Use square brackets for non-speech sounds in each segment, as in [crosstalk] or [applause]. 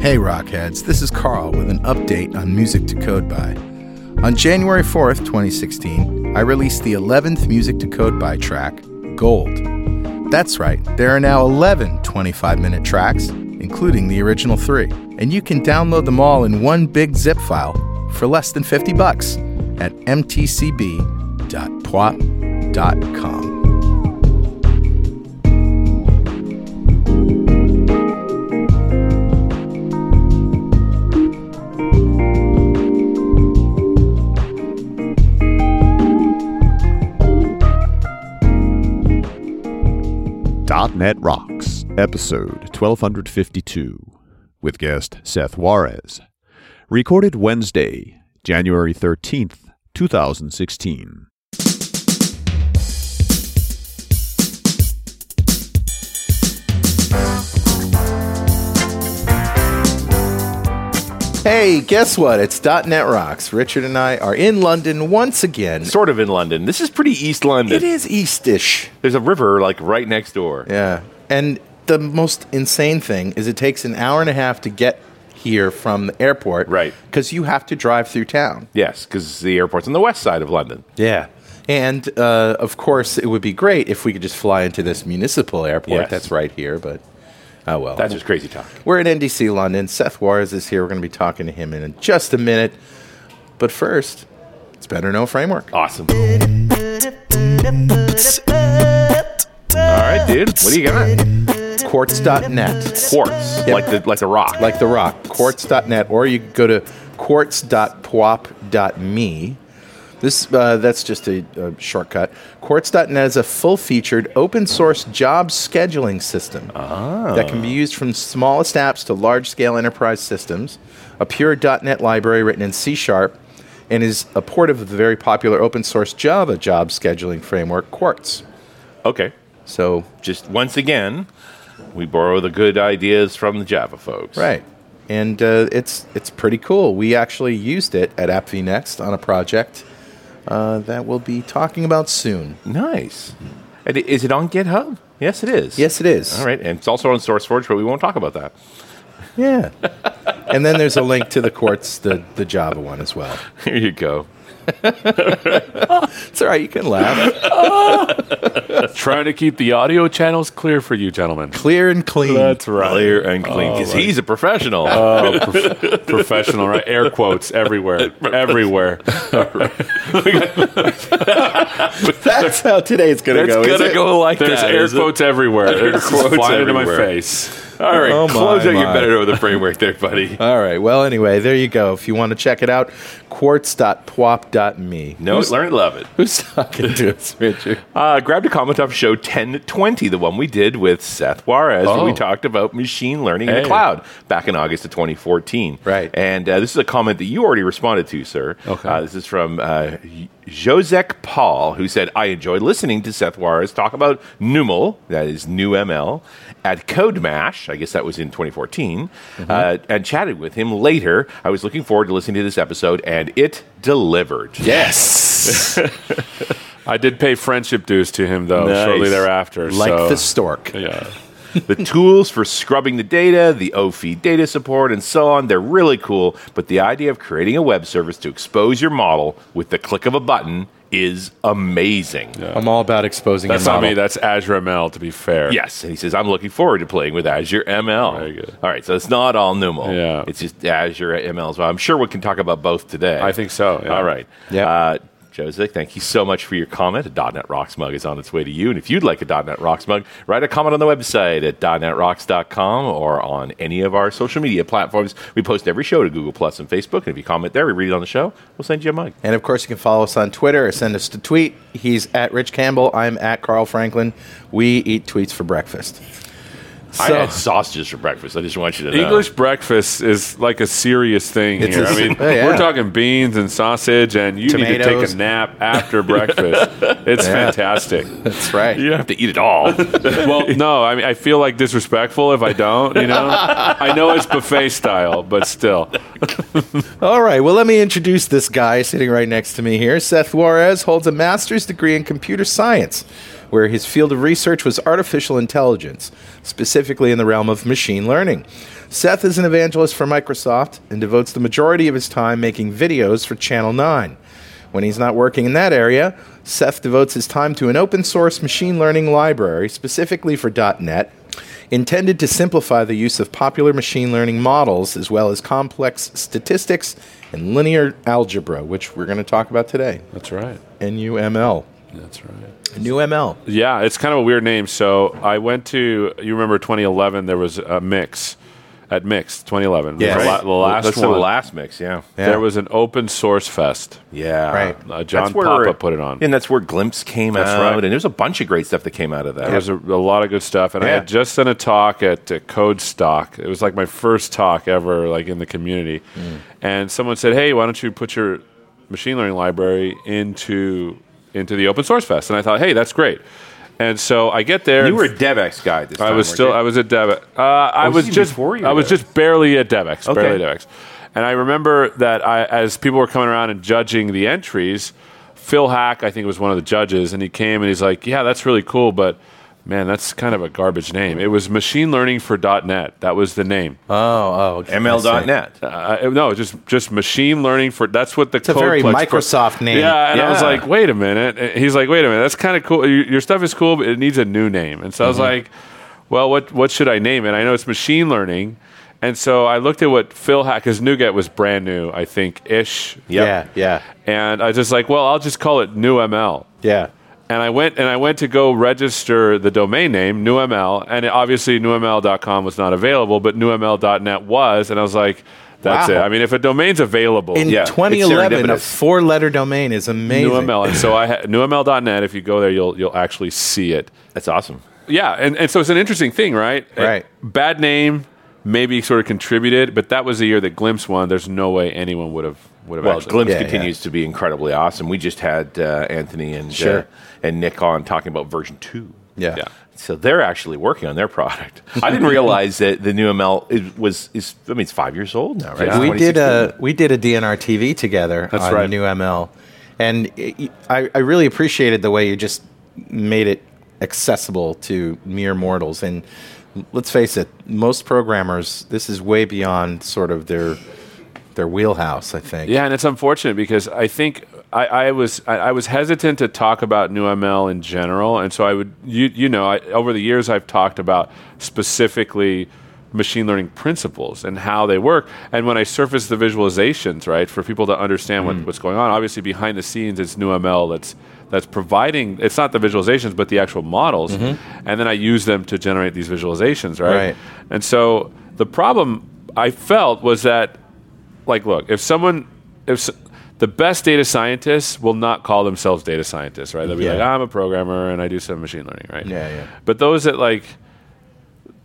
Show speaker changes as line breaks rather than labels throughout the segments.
Rockheads. This is Carl with an update on Music to Code By. On January 4th, 2016, I released the 11th Music to Code By track, Gold. That's right, there are now 11 25 minute tracks, including the original three, and you can download them all in one big zip file for less than 50 bucks at mtcb.pwop.com.
.NET Rocks, episode 1252, with guest Seth Juarez. Recorded Wednesday, January 13th, 2016.
Hey, guess what? It's .NET Rocks. Richard and I are in London once again.
sort of in London. This is pretty East London.
It is Eastish.
There's a river like right next door.
Yeah. And the most insane thing is it takes an hour and a half to get here from the airport.
Right.
Because you have to drive through town.
Yes, because the airport's on the west side of London.
Yeah. And uh, of course, it would be great if we could just fly into this municipal airport
Yes.
that's right here, but oh well.
That's just crazy talk.
We're at NDC London. Seth Juarez is here. We're going to be talking to him in just a minute. But first, it's Better Know Framework.
Awesome. All right, dude. What do you got?
Quartz.net.
Quartz,
Yep.
like the like the rock.
like the rock quartz.net or you can go to quartz.pwop.me this uh, that's just a, a shortcut quartz.net is a full-featured open source job scheduling system that can be used from smallest apps to large-scale enterprise systems a pure net library written in c sharp and is a port of the very popular open source java job scheduling framework quartz
okay.
so
Just once again, we borrow the good ideas from the Java folks.
Right. And uh, it's it's pretty cool. We actually used it at AppV Next on a project uh, that we'll be talking about soon.
Nice. And i- is it on GitHub? Yes, it is.
Yes, it is.
All right, and it's also on SourceForge, but we won't talk about that.
Yeah. and then there's a link to the quartz, the, the Java one as well.
Here you go.
It's all right. You can laugh.
Trying to keep the audio channels clear for you, gentlemen.
Clear and clean.
right.
Clear and clean, because he's a professional.
Oh, prof- professional, right? Air quotes everywhere, everywhere.
[laughs] That's how today's going to
It's
go. is
gonna
it?
go like
There's
that.
air
is it?
quotes everywhere. Air
quotes
flying into my
everywhere.
face.
All right,
Oh, my,
close out
my.
your better know the framework there, buddy. [laughs]
All right. Well, anyway, there you go. If you want to check it out, [laughs] quartz.pwop.me.
No, learn it, love it.
Who's talking to us, Richard?
Uh, grabbed a comment off show 1020, the one we did with Seth Juarez, where we
Oh.
talked about machine learning in
Hey.
the cloud back in August of 2014.
Right.
And uh, this is a comment that you already responded to, sir.
Okay.
Uh, this is from uh, Josek Paul, who said, I enjoy listening to Seth Juarez talk about NUML, that is new ML, at CodeMash. I guess that was in 2014,
Mm-hmm.
uh, and chatted with him later. I was looking forward to listening to this episode, and it delivered.
Yes.
I did pay friendship dues to him though.
Nice.
Shortly thereafter,
like
so-
the stork.
Yeah.
the tools for scrubbing the data, the OFI data support, and so on, they're really cool. But the idea of creating a web service to expose your model with the click of a button is amazing.
I'm all about exposing
That's
your
not
model.
me. That's Azure ML. To be fair.
Yes, and he says, I'm looking forward to playing with Azure ML.
Very good.
All right, so it's not all NUML.
Yeah.
It's just Azure ML as well. I'm sure we can talk about both today.
I think so, yeah.
All right.
Yeah.
Uh, Joseph, thank you so much for your comment. A .NET Rocks mug is on its way to you. And if you'd like a .NET Rocks mug, write a comment on the website at .NETRocks.com or on any of our social media platforms. We post every show to Google Plus and Facebook. And if you comment there, we read it on the show. We'll send you a mug.
And of course, you can follow us on Twitter or send us a tweet. He's at Rich Campbell. I'm at Carl Franklin. We eat tweets for breakfast.
I
So-
had sausages for breakfast. I just want you to know.
English breakfast is like a serious thing
It's
here.
a-
I mean,
Oh, yeah.
we're talking beans and sausage, and you need to take
Tomatoes.
a nap after breakfast. It's fantastic.
That's right.
You don't have to eat it
[laughs]
all.
Well, no, I mean, I feel like disrespectful if I don't. You know, I know it's buffet style, but still,
All right. Well, let me introduce this guy sitting right next to me here. Seth Juarez holds a master's degree in computer science, where his field of research was artificial intelligence, specifically in the realm of machine learning. Seth is an evangelist for Microsoft and devotes the majority of his time making videos for Channel 9. When he's not working in that area, Seth devotes his time to an open source machine learning library specifically for .NET, intended to simplify the use of popular machine learning models as well as complex statistics and linear algebra, which we're going to talk about today.
That's right.
NUML.
That's right.
NUML.
Yeah, it's kind of a weird name. So I went to you remember 2011. There was a mix at Mix 2011.
Yes.
the, la- the last
That's
one.
the last mix, yeah.
Yeah.
There was an open source fest.
Yeah.
Right.
Uh, John
That's where-
Papa put it on.
And that's where Glimpse came
That's
out.
right.
And there's a bunch of great stuff that came out of that.
There was a, a lot of good stuff, and I
Yeah.
had just done a talk at uh, Code Stock. It was like my first talk ever, like in the community.
Mm.
And someone said, "Hey, why don't you put your machine learning library into into the open source fest?" And I thought, "Hey, that's great." And so I get there.
You
and
were a DevX guy at this time.
I was
weren't
still.
you?
I was at DevX. Uh, I
was
was
even
just.
before you were
I was
there.
just barely at DevX.
Okay.
Barely at DevX. And I remember that I, as people were coming around and judging the entries, Phil Hack, I think, was one of the judges, and he came and he's like, "Yeah, that's really cool, but man, that's kind of a garbage name." It was machine learning for .NET. That was the name.
Oh, oh. okay.
ML.net.
Uh, it- no, just just machine learning for that's what the
It's a very
Codeplex pro-
Microsoft name.
yeah, and I was
Yeah.
like, wait a minute. And He's like, wait a minute. That's kind of cool. Your your stuff is cool, but it needs a new name. And so
Mm-hmm.
I was like, well, what what should I name it? I know it's machine learning, and so I looked at what Phil Hack, because NuGet was brand new, I think ish.
Yep.
Yeah, yeah,
And I was just like, well, I'll just call it New ML.
yeah.
And I went and I went to go register the domain name NewML, and it- obviously newml.com was not available, but newml.net was, and I was like, that's
Wow.
it. I mean, if a domain's available,
In
Yeah, it's
2011, a
serendipitous.
four-letter domain is amazing.
NewML. And so I ha- newml.net. If you go there, you'll you'll actually see it.
That's awesome.
Yeah, and, and so it's an interesting thing, right?
Right.
Uh, bad name, maybe sort of contributed, but that was the year that Glimpse won. There's no way anyone would have would have.
Well,
actually-
Glimpse
Yeah,
continues to be incredibly awesome. We just had uh, Anthony and uh,
Sure.
and Nick on talking about version two.
Yeah.
Yeah.
So they're actually working on their product. [laughs] I didn't realize that the new ML is, was is I mean it's five years old now, right? It's
We did
2016.
a we did a DNR TV together
That's
on
right.
New ML, and it, I I really appreciated the way you just made it accessible to mere mortals. And let's face it, most programmers this is way beyond sort of their their wheelhouse. I think.
Yeah, and it's unfortunate because I think I, I was I, I was hesitant to talk about new ML in general, and so I would you you know I, over the years I've talked about specifically machine learning principles and how they work, and when I surface the visualizations right for people to understand what, what's going on. Obviously, behind the scenes, it's new ML that's that's providing it's not the visualizations but the actual models and then i use them to generate these visualizations
Right.
and so the problem i felt was that like look if someone if s- the best data scientists will not call themselves data scientists right they'll be
Yeah.
like i'm a programmer and i do some machine learning right
Yeah, yeah.
but those that like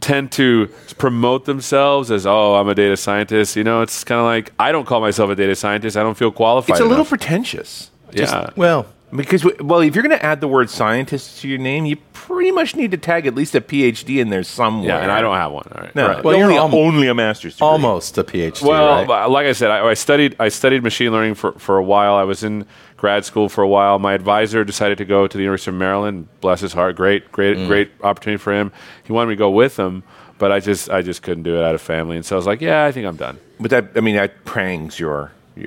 tend to promote themselves as oh i'm a data scientist you know it's kind of like i don't call myself a data scientist i don't feel qualified
It's a little
enough.
pretentious.
yeah
Well,
Because w- well, if you're going to add the word scientist to your name, you pretty much need to tag at least a PhD in there somewhere.
yeah and i don't have one all right
No,
Right.
Well, you're
only,
almo-
only a master's degree.
almost a PhD.
Well,
right?
but like I said, I, I studied I studied machine learning for, for a while. I was in grad school for a while. My advisor decided to go to the University of Maryland. Bless his heart, great, great,
Mm.
great opportunity for him. He wanted me to go with him, but I just I just couldn't do it out of family, and so I was like, yeah, I think I'm done.
But that I mean that prangs your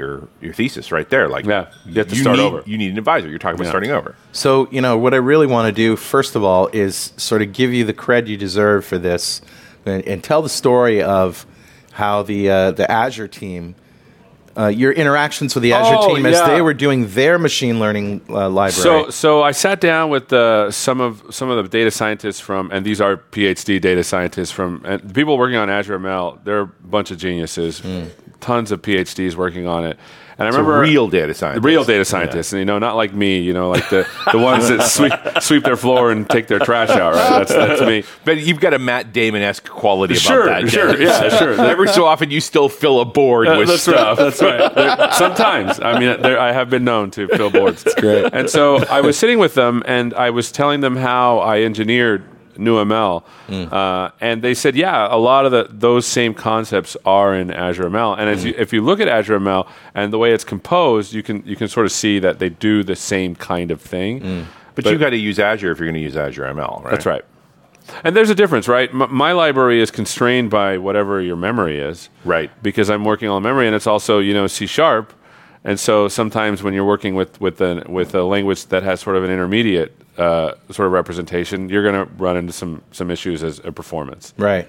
your your thesis right there. Like
Yeah, you have to
you
start
need-
over.
You need an advisor. You're talking about
Yeah.
starting over.
So, you know, what I really want to do, first of all, is sort of give you the cred you deserve for this and, and tell the story of how the, uh, the Azure team, uh, your interactions with the Azure
Oh,
team as
yeah.
they were doing their machine learning uh, library.
So so I sat down with uh, some of some of the data scientists from, and these are PhD data scientists from, and the people working on Azure ML. They're a bunch of geniuses, tons of PhDs working on it. And I
Mm. It's a
remember
real data science.
real data scientists, and you know, not like me, you know, like the, the
[laughs]
ones that sweep, sweep their floor and take their trash out, right? That's, that's me.
But you've got a Matt Damon esque quality about
Sure,
that.
sure,
Dennis.
yeah,
[laughs]
sure.
Every so often, you still fill a board
Uh,
with
that's
stuff.
right. That's right. There- sometimes, I mean, there, I have been known to fill boards. It's
great.
And so I was sitting with them, and I was telling them how I engineered new ML,
Mm.
uh, and they said, "Yeah, a lot of the, those same concepts are in Azure ML."
Mm.
And as you, if you look at Azure ML and the way it's composed, you can you can sort of see that they do the same kind of thing.
Mm. But, you got to use Azure if you're going to use Azure ML, right?
That's right. And there's a difference, right? M- my library is constrained by whatever your memory is.
Right.
Because I'm working on memory, and it's also you know C sharp, and so sometimes when you're working with with a with a language that has sort of an intermediate uh, sort of representation, you're going to run into some some issues as a performance.
Right.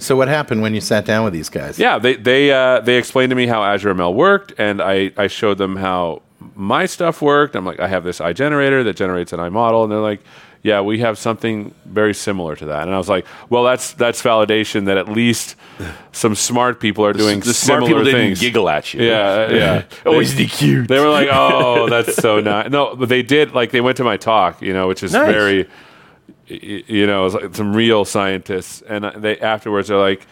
So what happened when you sat down with these guys?
Yeah, they they uh, they explained to me how Azure ML worked, and I I showed them how my stuff worked. I'm like, I have this I generator that generates an I model, and they're like, Yeah, we have something very similar to that. And I was like, Well, that's that's validation that at least some smart people are doing
the smart
similar
people
things.
didn't giggle at you. [laughs]
Yeah, yeah.
Always
They-
the cute.
They were like, "Oh, that's so nice." No, but they did. Like, they went to my talk, you know, which is
Nice.
very, y- y- you know, it's like some real scientists. And uh, they afterwards are like,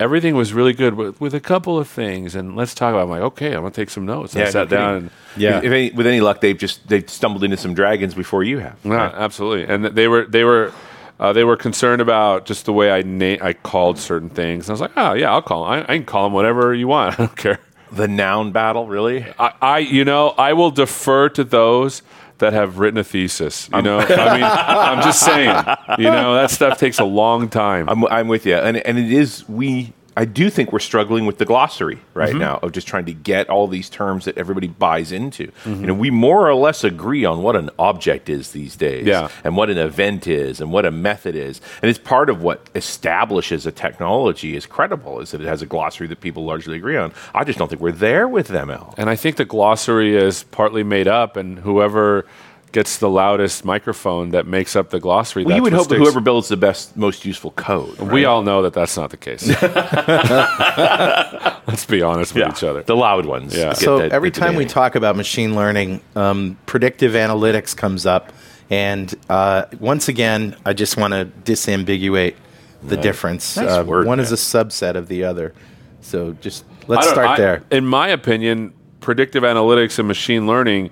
"Everything was really good with, with a couple of things." And let's talk about. it." I'm like, "Okay, I'm gonna take some notes." And I
no
sat
kidding.
down. And,
Yeah.
If, if any, with any luck, they've just they've stumbled into some dragons before you have.
Yeah, absolutely. And th- they were they were uh, they were concerned about just the way I na- I called certain things. And I was like, "Oh yeah, I'll call 'em. I, I can call them whatever you want. [laughs] I don't care."
The noun battle, really?
I, I you know I will defer to those that have written a thesis. You know, I mean, I'm just saying. You know, that stuff takes a long time.
I'm, I'm with you, and and it is we. I do think we're struggling with the glossary right now of just trying to get all these terms that everybody buys into. You know, we more or less agree on what an object is these days,
Yeah.
and what an event is, and what a method is, and it's part of what establishes a technology is credible is that it has a glossary that people largely agree on. I just don't think we're there with ML.
and I think the glossary is partly made up, and whoever gets the loudest microphone that makes up the glossary.
Well,
that's
you would
what
hope that
sticks.
whoever builds the best, most useful code.
We all know that that's not
[laughs]
the case. Let's be honest with each other.
The loud ones.
Yeah.
get
get
so
the-
every
get the
time we
data.
talk about machine learning, um, predictive analytics comes up, and uh, once again, I just want to disambiguate the difference.
Nice
uh,
word,
one is a
man.
subset of the other. So just
I
let's
don't-
start
I-
there.
In my opinion, predictive analytics and machine learning,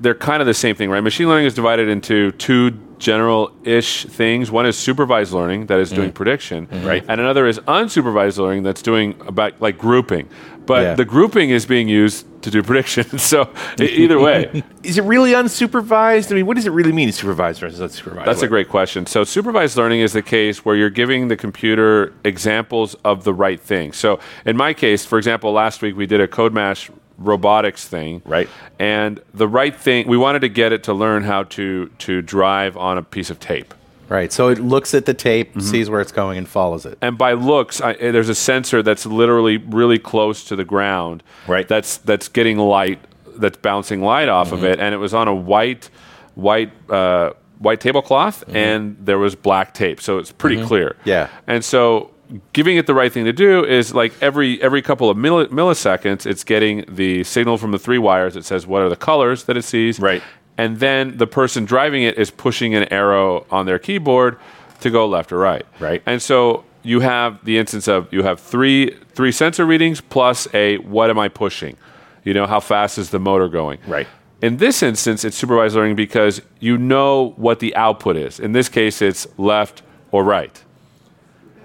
they're kind of the same thing, right? Machine learning is divided into two general ish things. One is supervised learning, that is
Mm-hmm.
doing prediction, right? And another is unsupervised learning, that's doing about like grouping. But
Yeah.
the grouping is being used to do prediction. [laughs] So e- either
[laughs]
way,
Is it really unsupervised? I mean, what does it really mean, supervised versus unsupervised?
That's a
Like,
great question. So, supervised learning is the case where you're giving the computer examples of the right thing. So, in my case, for example, last week we did a CodeMash robotics thing.
Right.
And the right thing, we wanted to get it to learn how to, to drive on a piece of tape.
Right. So it looks at the tape,
Mm-hmm.
sees where it's going, and follows it.
And by looks, I, eh, there's a sensor that's literally really close to the ground.
Right. Mm-hmm.
That's that's getting light, that's bouncing light off of it, and it was on a white, white, uh, white tablecloth,
Mm-hmm.
and there was black tape, so it's pretty clear.
Yeah.
And so giving it the right thing to do is like every every couple of milli- milliseconds it's getting the signal from the three wires that says what are the colors that it sees
Right.
and then the person driving it is pushing an arrow on their keyboard to go left or right
Right.
and so you have the instance of you have three three sensor readings plus a what am i pushing you know how fast is the motor going
Right.
in this instance, it's supervised learning because you know what the output is. In this case, it's left or right.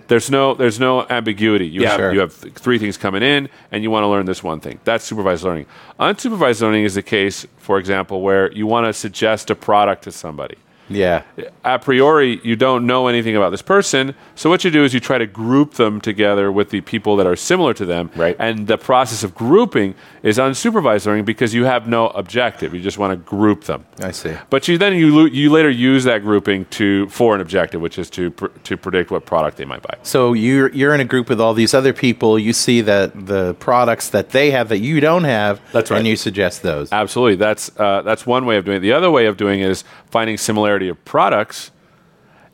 There's no there's no ambiguity. You have
sure.
you have th- three things coming in, and you want to learn this one thing. That's supervised learning. Unsupervised learning is the case, for example, where you want to suggest a product to somebody.
Yeah.
A priori, you don't know anything about this person, so what you do is you try to group them together with the people that are similar to them.
Right.
And the process of grouping is unsupervised learning because you have no objective. You just want to group them.
I see.
But you then you lo- you later use that grouping to for an objective, which is to pr- to predict what product they might buy.
So you're you're in a group with all these other people. You see that the products that they have that you don't have,
That's right.
and you suggest those.
Absolutely, that's uh, that's one way of doing it. The other way of doing it is finding similarity of products,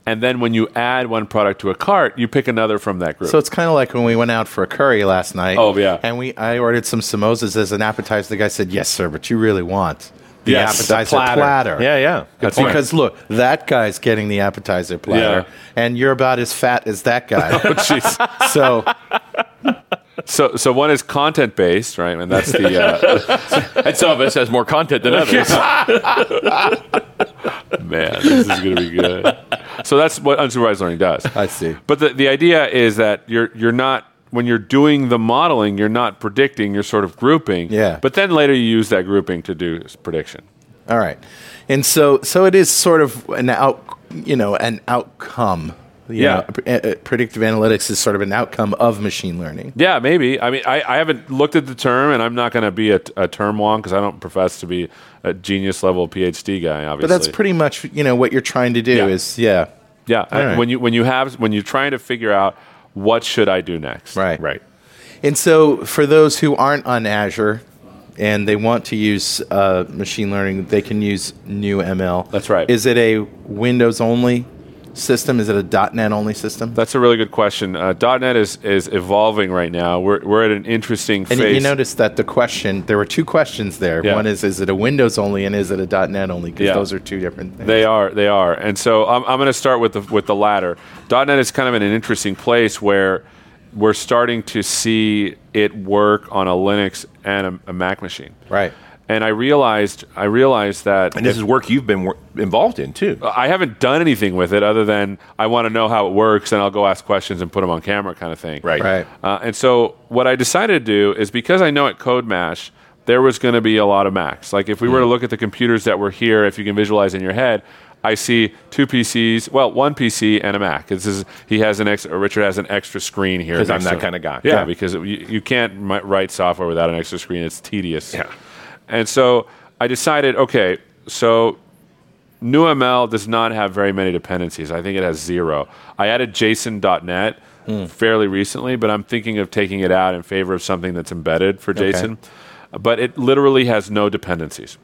and then when you add one product to a cart, you pick another from that group.
So it's kind of like when we went out for a curry last night.
Oh, yeah.
and we I ordered some samosas as an appetizer. The guy said, "Yes, sir, but you really want the
Yes, the
appetizer platter."
Yeah, yeah.
That's right.
Because look, that guy's getting the appetizer platter, and you're about as fat as that
[laughs]
guy. [laughs]
Jeez.
so
so so one is content based, right? And that's the uh,
[laughs] And some of us has more content than others.
[laughs] man. This is gonna be good. So that's what unsupervised learning does.
I see.
But the, the idea is that you're you're not when you're doing the modeling, you're not predicting, you're sort of grouping.
Yeah.
But then later you use that grouping to do s- prediction.
All right, and so so it is sort of an out you know, an outcome. You
Yeah.
know, pr- uh, uh, predictive analytics is sort of an outcome of machine learning.
Yeah, maybe. I mean, I, I haven't looked at the term, and I'm not going to be a, a term wong because I don't profess to be a genius level PhD guy. Obviously,
But that's pretty much, you know, what you're trying to do
Yeah.
is, yeah,
yeah.
All right.
When you when you have when you're trying to figure out what should I do next,
right.
Right.
And so, for those who aren't on Azure and they want to use uh, machine learning, they can use new ML.
That's right.
Is it a Windows only system? Is it a .NET only system?
That's a really good question. Uh, .NET is is evolving right now. We're we're at an interesting
and
phase.
you notice that the question there were two questions there.
Yeah.
One is is it a Windows only, and is it a .NET only? Because
Yeah.
those are two different things.
They are. They are. And so I'm, I'm going to start with the with the latter. .NET is kind of in an interesting place where we're starting to see it work on a Linux and a, a Mac machine.
right.
And I realized I realized that
And this is work you've been wor- involved in too.
I haven't done anything with it other than I want to know how it works and I'll go ask questions and put them on camera kind of thing.
Right.
Right.
Uh, and so what I decided to do is because I know at Code Mash there was going to be a lot of Macs. Like if we
Mm.
were to look at the computers that were here, if you can visualize in your head, I see two PCs. Well, one PC and a Mac. This is he has an ex. Or Richard has an extra screen here.
'Cause I'm
next
that
to him.
kinda guy.
Yeah,
Yeah.
because it, you, you can't mi- write software without an extra screen. It's tedious.
Yeah.
And so I decided, okay, so NewML does not have very many dependencies. I think it has zero. I added JSON.NET fairly recently, but I'm thinking of taking it out in favor of something that's embedded for JSON. But it literally has no dependencies.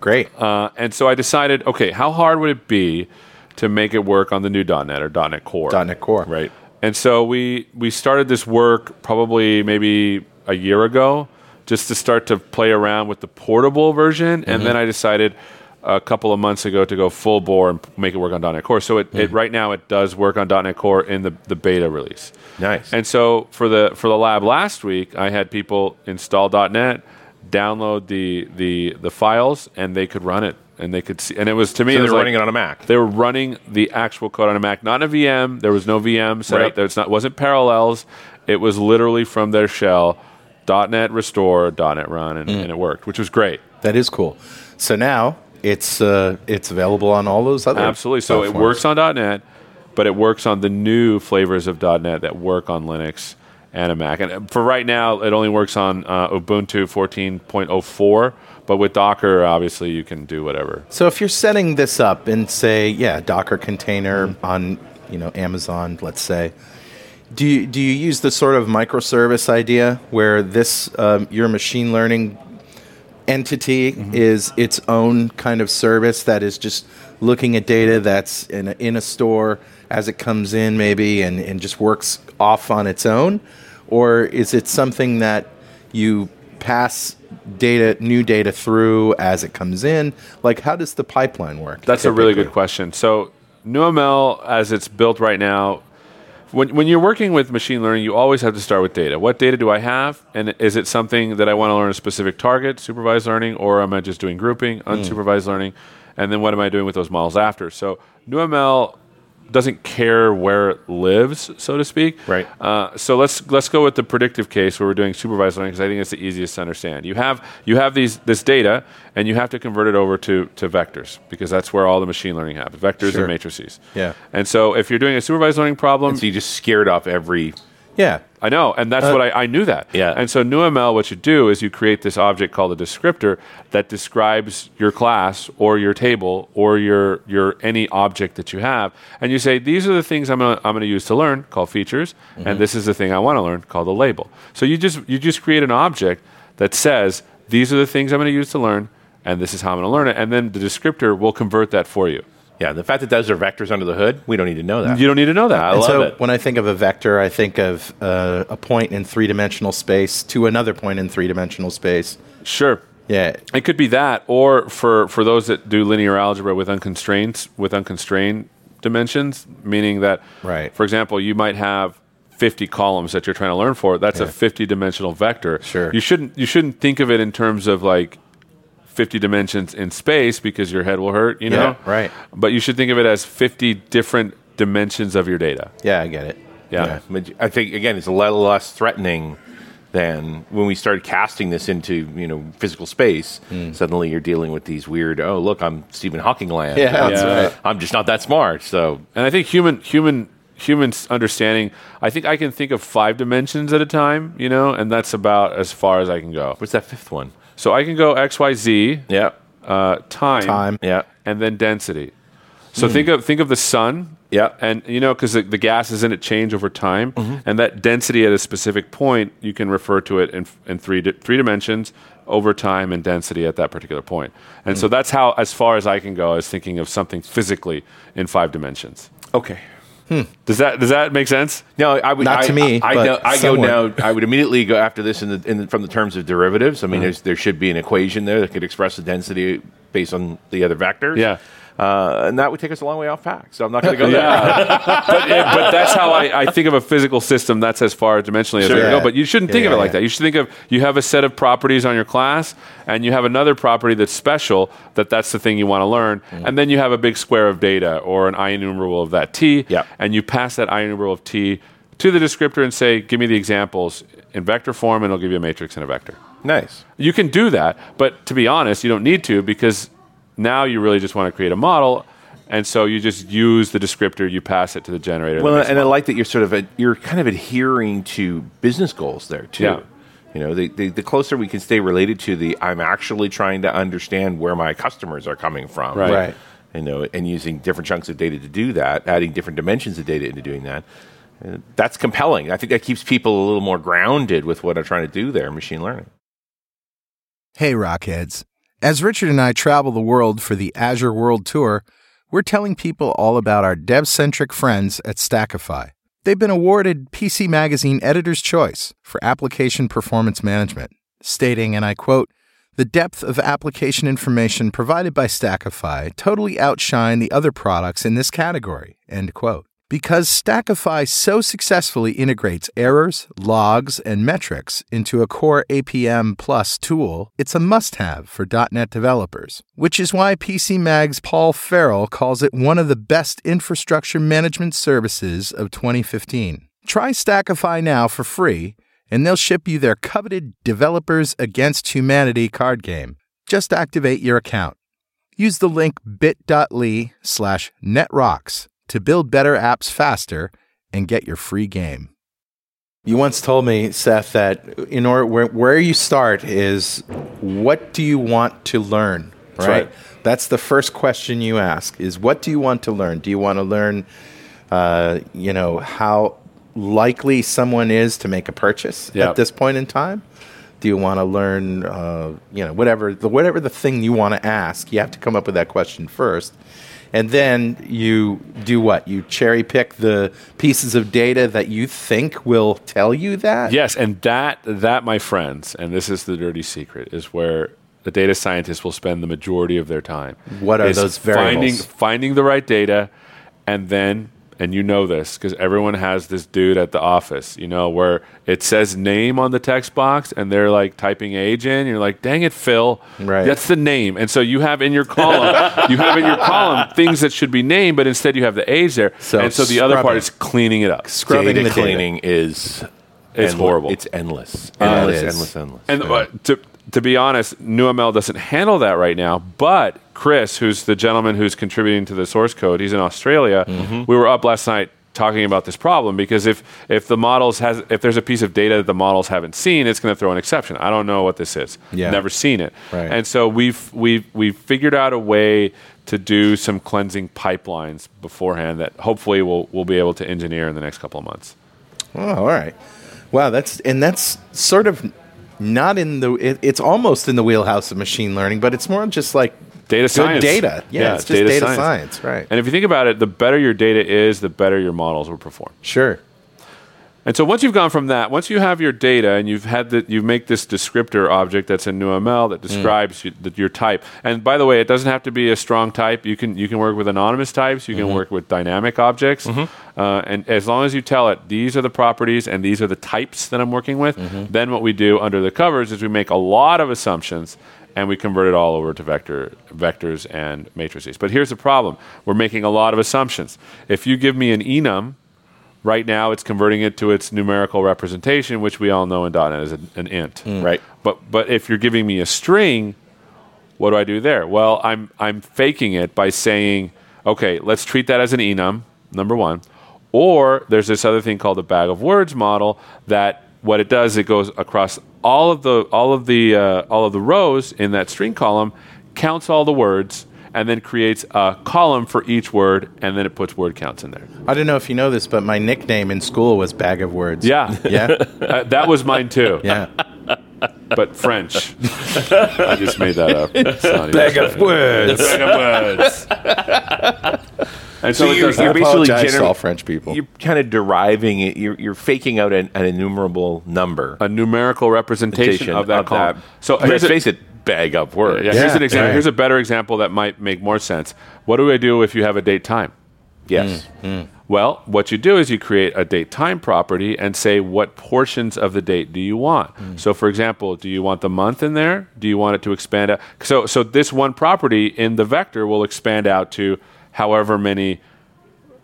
Great.
Uh, and so I decided, okay, how hard would it be to make it work on the new .NET or .NET Core?
.NET Core.
Right. And so we we started this work probably maybe a year ago, just to start to play around with the portable version,
Mm-hmm.
and then I decided a couple of months ago to go full bore and p- make it work on .NET Core. So it,
Mm-hmm.
it right now it does work on .NET Core in the, the beta release.
Nice.
And so for the for the lab last week, I had people install .NET, download the the the files, and they could run it, and they could see, and it was to me
So
it
they're
was like-
running it on a Mac.
they were running the actual code on a Mac, not a VM. There was no VM set up.
Right.
There was not wasn't parallels. It was literally from their shell. .NET restore, .NET run, and, and it worked, which was great.
That is cool. So now it's uh, it's available on all those other
Absolutely. So it
platforms.
works on .NET, but it works on the new flavors of .NET that work on Linux and a Mac. And uh, for right now, it only works on uh, Ubuntu 14.04. But with Docker, obviously, you can do whatever.
So if you're setting this up and say, yeah, Docker container on you know Amazon, let's say, do you, do you use the sort of microservice idea where this um, your machine learning entity
Mm-hmm.
is its own kind of service that is just looking at data that's in a, in a store as it comes in maybe and, and just works off on its own or is it something that you pass data new data through as it comes in like how does the pipeline work
That's a really
typically?
good question. So NewML, as it's built right now, when, when you're working with machine learning, you always have to start with data. What data do I have? And is it something that I want to learn a specific target, supervised learning, or am I just doing grouping, unsupervised learning? And then what am I doing with those models after? So NewML doesn't care where it lives, so to speak.
Right.
Uh, so let's let's go with the predictive case where we're doing supervised learning because I think it's the easiest to understand. You have you have these this data and you have to convert it over to to vectors because that's where all the machine learning happens, vectors
Sure.
and matrices.
Yeah.
And so if you're doing a supervised learning problem,
So you just scared off every.
yeah
I know, and
Uh,
that's what I, I knew that.
Yeah.
And so NewML, what you do is you create this object called a descriptor that describes your class or your table or your your any object that you have, and you say these are the things I'm gonna I'm gonna use to learn called features, and
Mm-hmm.
this is the thing I want to learn called a label. So you just you just create an object that says these are the things I'm gonna use to learn, and this is how I'm gonna learn it, and then the descriptor will convert that for you.
Yeah, the fact that those are vectors under the hood, we don't need to know that.
You don't need to know that.
I
And
love
so
it.
when I think of a vector, I think of uh, a point in three dimensional space to another point in three dimensional space.
Sure.
Yeah.
It could be that, or for, for those that do linear algebra with unconstrained with unconstrained dimensions, meaning that,
Right.
For example, you might have fifty columns that you're trying to learn for. That's a fifty dimensional vector.
Sure.
You shouldn't you shouldn't think of it in terms of like fifty dimensions in space because your head will hurt. You
Yeah,
know.
right.
But you should think of it as fifty different dimensions of your data.
Yeah, I get it.
Yeah.
I mean, I think again, it's a little less threatening than when we started casting this into you know physical space.
Hmm.
Suddenly, you're dealing with these weird. Oh, look, I'm Stephen Hawking land.
Yeah,
I'm,
that's
right.
I'm just not that smart. So
And I think human human human s- understanding. I think I can think of five dimensions at a time, you know, and that's about as far as I can go.
what's that fifth one?
So I can go x y z,
Yeah,
uh, time,
Time.
yeah,
and then density. So think of think of the sun.
Yeah.
and you know because the, the gases in it change over time, and that density at a specific point you can refer to it in, in three di- three dimensions over time and density at that particular point. And so that's how as far as I can go is thinking of something physically in five dimensions.
okay.
Does that does that make sense?
No, I would
Not
I,
to me,
I, I,
but
know, I go
someone.
now. I would immediately go after this in the, in the, from the terms of derivatives. I
Hmm.
mean, there's, there should be an equation there that could express the density based on the other vectors.
Yeah.
uh, and that would take us a long way off pack. So I'm not going
[laughs]
to go there.
Yeah. [laughs] but, yeah, but that's how I, I think of a physical system. That's as far dimensionally as I
Sure.
can go.
Yeah.
But you shouldn't think
Yeah,
of it
yeah,
like
yeah.
that. You should think of you have a set of properties on your class, and you have another property that's special. That that's the thing you want to learn,
Mm.
and then you have a big square of data or an I enumerable of that t.
Yep.
And you pass that I enumerable of t to the descriptor and say, "Give me the examples in vector form," and it'll give you a matrix and a vector.
Nice.
You can do that, but to be honest, you don't need to because now you really just want to create a model, and so you just use the descriptor, you pass it to the generator.
Well,
that makes
and
it.
I like that you're sort of ad you're kind of adhering to business goals there too.
Yeah.
You know, the, the, the closer we can stay related to the I'm actually trying to understand where my customers are coming from.
Right.
Right.
You know, and using different chunks of data to do that, adding different dimensions of data into doing that. uh, That's compelling. I think that keeps people a little more grounded with what I'm trying to do there, machine learning.
Hey, Rockheads. As Richard and I travel the world for the Azure World Tour, we're telling people all about our dev centric friends at Stackify. They've been awarded PC Magazine Editor's Choice for Application Performance Management, stating, and I quote, the depth of application information provided by Stackify totally outshine the other products in this category, end quote. Because Stackify so successfully integrates errors, logs, and metrics into a core APM Plus tool, it's a must have for .NET developers, which is why PC Mag's Paul Farrell calls it one of the best infrastructure management services of 2015. Try Stackify now for free, and they'll ship you their coveted Developers Against Humanity card game. Just activate your account. Use the link bit.ly slash netrocks to build better apps faster and get your free game. You once told me, Seth, that in order where, where you start is what do you want to learn, right?
right.
That's the first question you ask is what do you want to learn? Do you want to learn uh, you know, how likely someone is to make a purchase
Yeah.
at this point in time? Do you want to learn, uh, you know, whatever the whatever the thing you want to ask? You have to come up with that question first, and then you do what? You cherry pick the pieces of data that you think will tell you that.
Yes, and that that my friends, and this is the dirty secret, is where the data scientists will spend the majority of their time.
What are
is
those
Finding
variables?
finding the right data, and then and you know this because everyone has this dude at the office, you know, where it says name on the text box, and they're like typing age in. You're like, dang it, Phil,
Right.
That's the name, and so you have in your column, you have in your column things that should be named, but instead you have the age there,
So
and so the other part
scrubbing.
is cleaning it up.
Scrubbing
data
the data.
cleaning is
It's horrible.
It's endless.
it
Endless,
is.
endless, endless.
And
Yeah.
uh, to to be honest, NewML doesn't handle that right now. But Chris, who's the gentleman who's contributing to the source code, he's in Australia.
Mm-hmm.
We were up last night talking about this problem because if if the models has if there's a piece of data that the models haven't seen, it's going to throw an exception. I don't know what this is.
Yeah.
Never seen it.
Right.
And so we've we've we've figured out a way to do some cleansing pipelines beforehand that hopefully we'll we'll be able to engineer in the next couple of months.
Oh, all right. Wow, that's and that's sort of not in the. It, it's almost in the wheelhouse of machine learning, but it's more just like
Data
good
science.
data. Yeah, it's just data, science. right?
And if you think about it, the better your data is, the better your models will perform.
sure.
And so once you've gone from that, once you have your data and you've had that, you make this descriptor object that's in NewML that describes you, that your type. And by the way, it doesn't have to be a strong type. You can you can work with anonymous types. You can work with dynamic objects. Uh, and as long as you tell it these are the properties and these are the types that I'm working with, then what we do under the covers is we make a lot of assumptions and we convert it all over to vector vectors and matrices. But here's the problem: we're making a lot of assumptions. If you give me an enum Right now, it's converting it to its numerical representation, which we all know in .NET is an, an int.
right?
But but if you're giving me a string, what do I do there? Well, I'm I'm faking it by saying, okay, let's treat that as an enum, number one. Or there's this other thing called the bag of words model that what it does it goes across all of the all of the uh, all of the rows in that string column, counts all the words, and then creates a column for each word, and then it puts word counts in there.
I don't know if you know this, but my nickname in school was Bag of Words.
Yeah,
Yeah.
Uh, that was mine too. [laughs]
Yeah.
but [laughs] French. I just made that up. It's not even- [laughs] Bag of
words.
words. and so,
So
it
you're-
does
you're
that.
basically
Apologize to
gener-
all French people.
You're kind of deriving it. You're, you're faking out an, an innumerable number
a numerical representation of that column. So
So
here's
let's
a-
face it, bag of
yeah,
words.
here's an
Yeah,
example.
right.
Here's a better example that might make more sense. What do I do if you have a date time?
Yes.
Mm. Well, what you do is you create a date time property and say what portions of the date do you want.
Hmm.
So, for example, do you want the month in there? Do you want it to expand out? So, so this one property in the vector will expand out to however many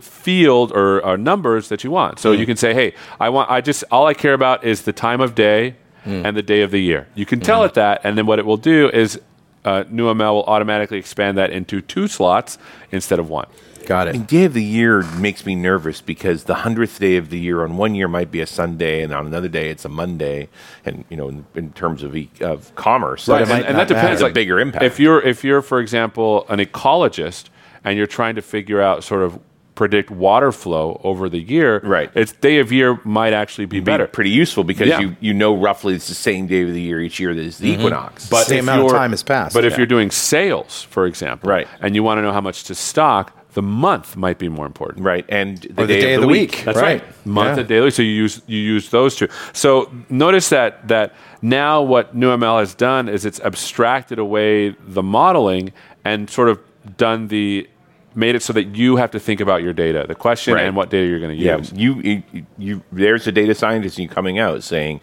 field or, or numbers that you want.
Hmm.
So you can say, hey, I want, I just, all I care about is the time of day
Hmm.
and the day of the year. You can tell it that, and then what it will do is uh, NewML will automatically expand that into two slots instead of one.
Got it.
Day of the year makes me nervous because the hundredth day of the year on one year might be a Sunday, and on another day it's a Monday. And you know, in, in terms of e- of commerce,
Right,
that's-
might
and, and that
not matter.
depends
It's a
like
bigger impact.
if you're if you're for example an ecologist and you're trying to figure out sort of predict water flow over the year
Right.
it's day of year might actually be,
be
better
pretty useful because
Yeah. Mm-hmm.
you, you know roughly it's the same day of the year each year that is the equinox.
but
Same
if
amount of
you're-
time has passed.
but if you're doing sales for example
Right.
and you want to know how much to stock the month might be more important
right, and the,
Or the day of the week.
That's
Right.
right. Month
Yeah.
and daily. So you use you use those two. So notice that that now what NewML has done is it's abstracted away the modeling and sort of done the made it so that you have to think about your data, the question
Right.
and what data you're going to
Yeah,
use.
you, you you there's a data scientist in you coming out saying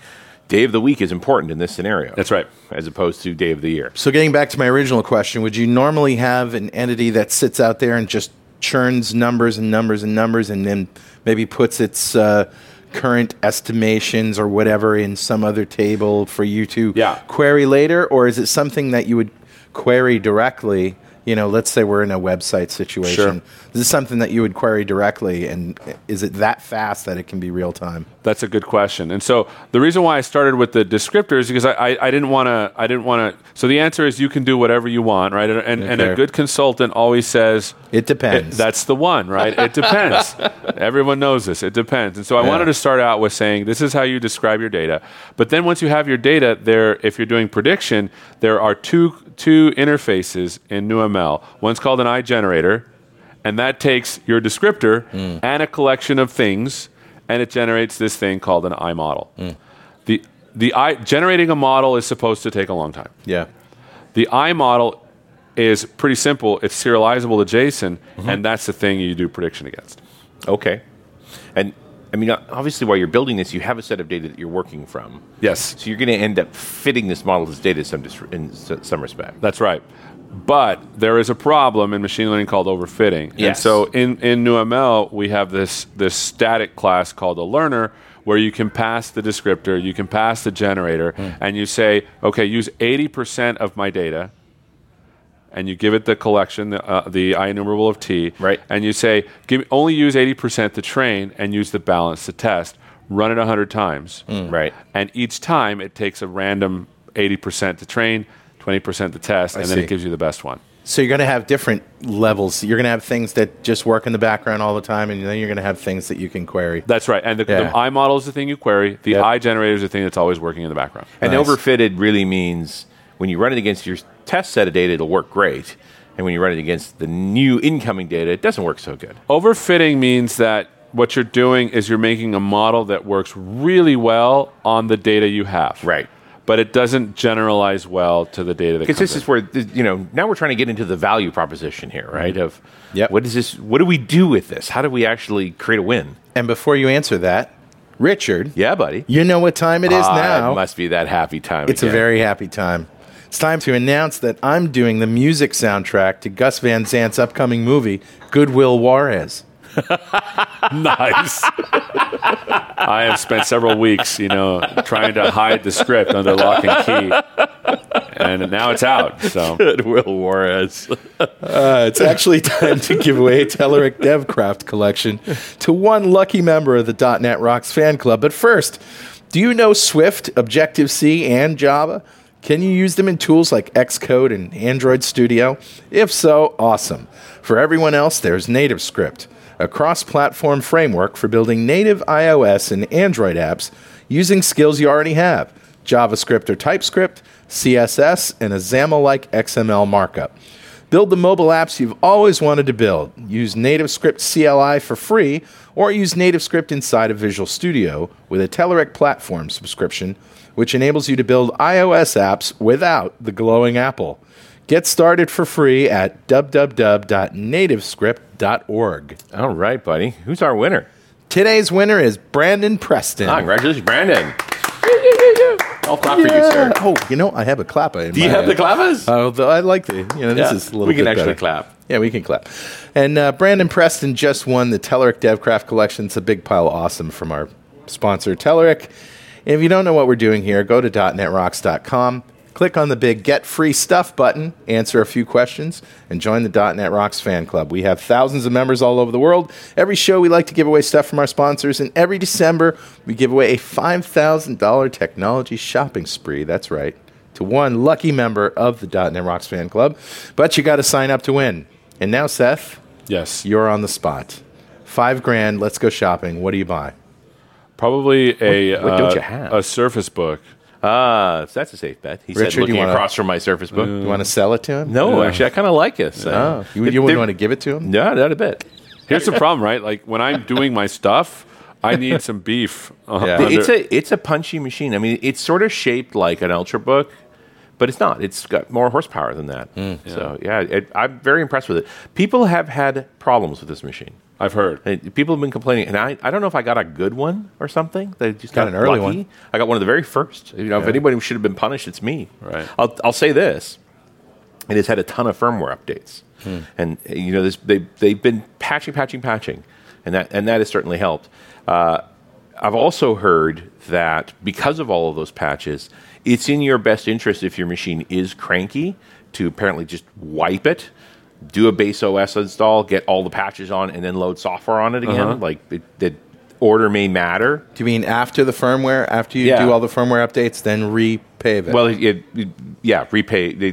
day of the week is important in this scenario.
That's right.
as opposed to day of the year.
So getting back to my original question, would you normally have an entity that sits out there and just churns numbers and numbers and numbers and then maybe puts its uh, current estimations or whatever in some other table for you to
Yeah.
query later? Or is it something that you would query directly? You know, let's say we're in a website situation. This is something that you would query directly, and is it that fast that it can be real time?
That's a good question. And so the reason why I started with the descriptor is because I, I, I didn't want to. I didn't want to. So the answer is you can do whatever you want, right? And, and, and a
Okay.
good consultant always says
It depends.
It- that's the one, right? It depends. Everyone knows this. It depends. And so I wanted to start out with saying this is how you describe your data. But then once you have your data, there, if you're doing prediction, there are two two interfaces in NewML. One's called an iGenerator, and that takes your descriptor and a collection of things, and it generates this thing called an iModel. The the I, generating a model is supposed to take a long time.
yeah.
The I model is pretty simple. It's serializable to JSON, and that's the thing you do prediction against.
Okay, and I mean obviously while you're building this, you have a set of data that you're working from.
Yes,
So you're going to end up fitting this model as data some dis- in s- some respect.
that's right. But there is a problem in machine learning called overfitting. And
Yes.
so in, in NewML, we have this, this static class called a learner where you can pass the descriptor, you can pass the generator,
Hmm.
and you say, okay, use 80% of my data, and you give it the collection, the, uh, the I enumerable of T,
Right.
And you say, give, me- only use 80% to train and use the balance to test. Run it 100 times.
Hmm. Right.
And each time it takes a random 80% to train, 20% to test, and then
see.
it gives you the best one.
So you're going to have different levels. You're going to have things that just work in the background all the time, and then you're going to have things that you can query.
That's right. And the,
Yeah.
the I model is the thing you query, the I generator is the thing that's always working in the background.
And
Nice.
overfitted really means when you run it against your test set of data, it'll work great. And when you run it against the new incoming data, it doesn't work so good.
Overfitting means that what you're doing is you're making a model that works really well on the data you have.
Right.
But it doesn't generalize well to the data that
Because
comes
this
in.
is where th- you know now we're trying to get into the value proposition here, right? Of
Mm-hmm. Yep.
what is this? What do we do with this? How do we actually create a win?
And before you answer that, Richard,
Yeah, buddy.
you know what time it is
Ah,
now.
It must be that happy time.
it's
[laughs]
a
again.
very happy time. It's time to announce that I'm doing the music soundtrack to Gus Van Sant's upcoming movie, Goodwill Juarez.
nice. I have spent several weeks, you know, trying to hide the script under lock and key, and now it's out. So
Good Will
[laughs]
Juarez.
Uh, it's actually time to give away a Telerik DevCraft collection to one lucky member of the .NET Rocks fan club. But first, do you know Swift, Objective C, and Java? Can you use them in tools like Xcode and Android Studio? If so, awesome. For everyone else, there's NativeScript, a cross platform framework for building native iOS and Android apps using skills you already have JavaScript or TypeScript, CSS, and a XAML like XML markup. Build the mobile apps you've always wanted to build. Use NativeScript CLI for free, or use NativeScript inside of Visual Studio with a Telerik platform subscription, which enables you to build iOS apps without the glowing Apple. Get started for free at www.nativescript.org.
All right, buddy. Who's our winner?
Today's winner is Brandon Preston.
Ah, congratulations, Brandon. I'll clap for you, sir.
Oh, you know, I have a clap. in
Do you
my
have
head.
the clappers?
Although I like the, you know, this
Yeah,
is a little
we can
bit
actually
better.
clap.
Yeah, we can clap. And uh, Brandon Preston just won the Telerik DevCraft Collection. It's a big pile of awesome from our sponsor, Telerik. And if you don't know what we're doing here, go to .NETRocks.com, click on the big Get Free Stuff button, answer a few questions, and join the .NET Rocks fan club. We have thousands of members all over the world. Every show, we like to give away stuff from our sponsors, and every December, we give away a $5,000 technology shopping spree. That's right to one lucky member of the .NET Rocks fan club, but you got to sign up to win. And now, Seth,
yes,
you're on the spot. Five grand. Let's go shopping. What do you buy?
probably a
What- what don't
uh,
you have?
a Surface Book.
Ah, so that's a safe bet. He
Richard,
said,
you
looking
wanna-
across from my Surface Book.
Hmm.
You want to sell it to him?
No, actually, I kind of like it. So.
Oh, you,
If
you
they're-
wouldn't want to give it to him?
No, not a bit.
Here's the problem, right? Like when I'm doing my stuff, I need
[laughs]
some beef. Uh,
Yeah.
But
under-
it's a it's a punchy machine. I mean, it's sort of shaped like an ultrabook, but it's not. It's got more horsepower than that. So yeah, it, I'm very impressed with it. People have had problems with this machine.
I've heard.
Uh, People have been complaining, and I, I don't know if I got a good one or something. They just got,
Got an early
lucky.
one.
I got one of the very first. You know, if anybody should have been punished, it's me.
Right.
I'll, I'll say this: it has had a ton of firmware updates, and uh, you know this, they they've been patching, patching, patching, and that and that has certainly helped. Uh, I've also heard that because of all of those patches, it's in your best interest if your machine is cranky to apparently just wipe it, do a base OS install, get all the patches on, and then load software on it again. Like it, the order may matter.
Do you mean after the firmware, after you
Yeah.
do all the firmware updates, then repave it?
Well, it, it, yeah, repay. They,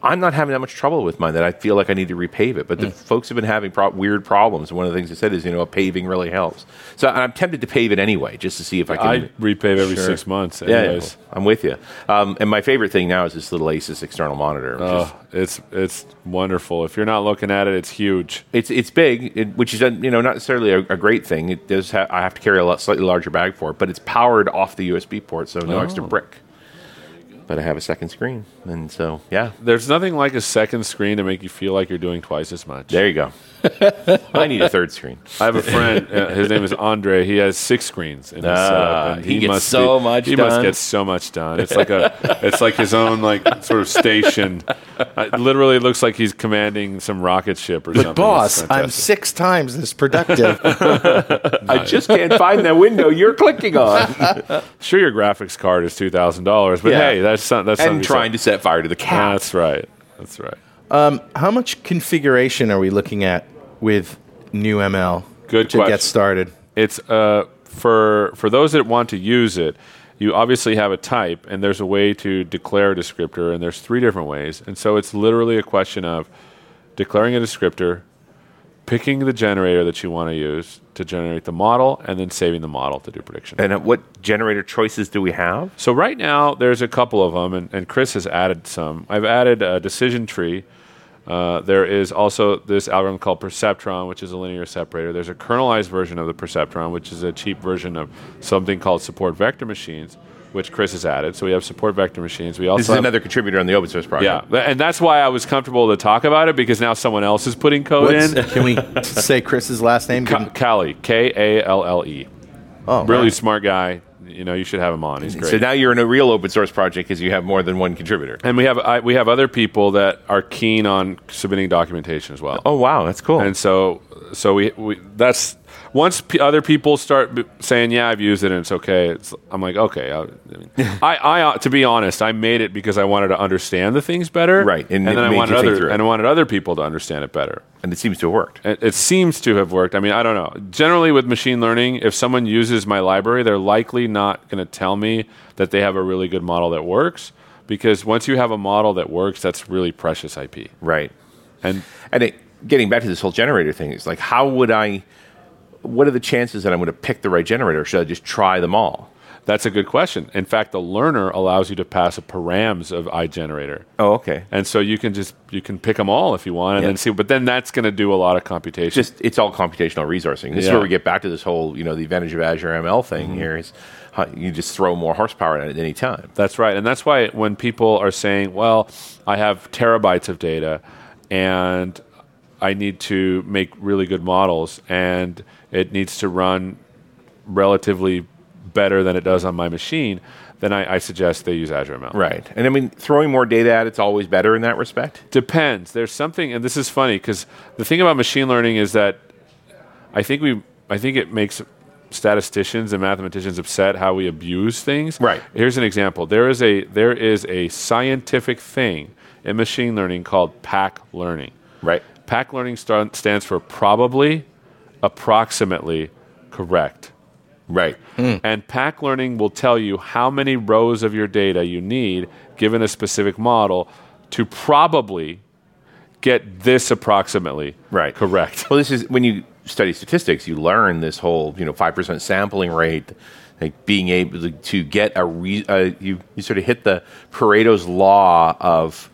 I'm not having that much trouble with mine that I feel like I need to repave it.
Mm.
But the folks have been having pro- weird problems. One of the things they said is, you know, paving really helps. So I'm tempted to pave it anyway, just to see if I can.
I repave every six months.
yeah,
Anyways.
I'm with you. Um, and my favorite thing now is this little Asus external monitor. Which is,
Oh, it's it's wonderful. If you're not looking at it, it's huge.
it's it's big, it, which is uh, you know not necessarily a, a great thing. It does ha- I have to carry a lot, slightly larger bag for it, but it's powered off the USB port, so no
Oh.
extra brick. But I have a second screen, and so yeah,
There's nothing like a second screen to make you feel like you're doing twice as much.
There you [laughs] go. I need a third screen.
I have a friend. uh, his name is Andre. He has six screens in his
Ah,
setup, and
he gets so much
He must
done.
get so much done. It's like a, it's like his own like sort of station. It literally looks like he's commanding some rocket ship or
but
something. It's
boss, I'm
fantastic.
six times this productive.
I just can't find that window you're clicking [laughs] on.
sure your graphics card is two thousand dollars, but
Yeah.
hey, that's some, that's
and
something
trying to set fire to the cat.
That's right. That's right.
[laughs] How much configuration are we looking at with new ML
Good
to
question.
get started?
It's uh, for for those that want to use it. You obviously have a type, and there's a way to declare a descriptor, and there's three different ways. And so it's literally a question of declaring a descriptor, picking the generator that you want to use to generate the model, and then saving the model to do prediction.
And uh, what generator choices do we have?
So right now there's a couple of them, and, and Chris has added some. I've added a decision tree. Uh, there is also this algorithm called perceptron, which is a linear separator. There's a kernelized version of the perceptron, which is a cheap version of something called support vector machines, which Chris has added. So we have support vector machines. We also
This is
have-
another contributor on the open source
yeah,
project.
tha- and that's why I was comfortable to talk about it because now someone else is putting code
What's-
in.
[laughs] Can we say Chris's last name? Give
Ca-
him-
Kali, K A L L E.
Oh,
Really smart guy. you know, you should have him on. He's great.
So now you're in a real open source project because you have more than one contributor.
and we have I, we have other people that are keen on submitting documentation as well.
Oh wow, that's cool.
And so so we, we that's once p- other people start b- saying yeah I've used it and it's okay. It's, I'm like okay. I, I,
[laughs]
mean, I, I uh, to be honest, I made it because I wanted to understand the things better.
Right, and
And,
it
then I
made
wanted
you think
other
through it.
and I wanted other people to understand it better.
and it seems to have worked.
It, it seems to have worked. I mean, I don't know. Generally, with machine learning, if someone uses my library, they're likely not going to tell me that they have a really good model that works because once you have a model that works, that's really precious IP.
Right.
And
And it, getting back to this whole generator thing, it's like, how would I? What are the chances that I'm going to pick the right generator? Should I just try them all?
that's a good question. In fact, the learner allows you to pass a params of iGenerator.
Oh, okay.
And so you can just you can pick them all if you want, and
Yeah.
then see. But then that's going to do a lot of computation.
Just it's all computational resourcing. This is
Yeah.
where we get back to this whole, you know, the advantage of Azure ML thing here is how you just throw more horsepower at it at any time.
That's right. And that's why when people are saying, well, I have terabytes of data and I need to make really good models and it needs to run relatively better than it does on my machine, then I, I suggest they use Azure ML.
Right. And I mean, throwing more data at it's always better in that respect.
Depends. There's something, and this is funny because the thing about machine learning is that I think we, I think it makes statisticians and mathematicians upset how we abuse things.
Right.
Here's an example. There is a there is a scientific thing in machine learning called pack learning.
Right.
Pack learning star- stands for probably, approximately, correct.
Right.
And pack learning will tell you how many rows of your data you need given a specific model to probably get this approximately
Right.
correct.
Well, this is when you study statistics, you learn this whole you know five percent sampling rate, like being able to, to get a re, uh, you you sort of hit the Pareto's law of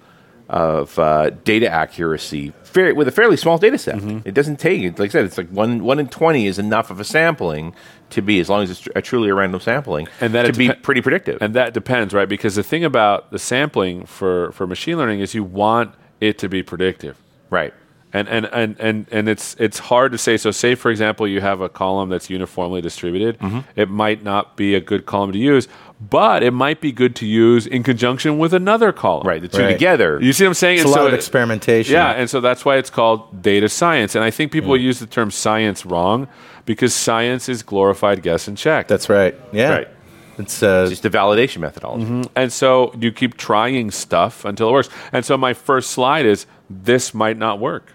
of uh, data accuracy fair, with a fairly small data set.
Mm-hmm.
It doesn't take it like I said, it's like one one in twenty is enough of a sampling to be as long as it's tr- a truly a random sampling
And that
to
it
be
depe-
pretty predictive.
And that depends, right? Because the thing about the sampling for, for machine learning is you want it to be predictive.
right.
And, and, and, and, and it's, it's hard to say. So, say, for example, you have a column that's uniformly distributed.
Mm-hmm.
It might not be a good column to use, but it might be good to use in conjunction with another column.
Right. The two
Right.
together.
You see what I'm saying?
It's a
And
lot
so
of
it-
experimentation.
Yeah, and so that's why it's called data science. And I think
Mm.
people use the term science wrong because science is glorified guess and check.
That's right. Yeah.
Right.
It's uh,
just the validation methodology.
and so you keep trying stuff until it works. And so my first slide is this might not work.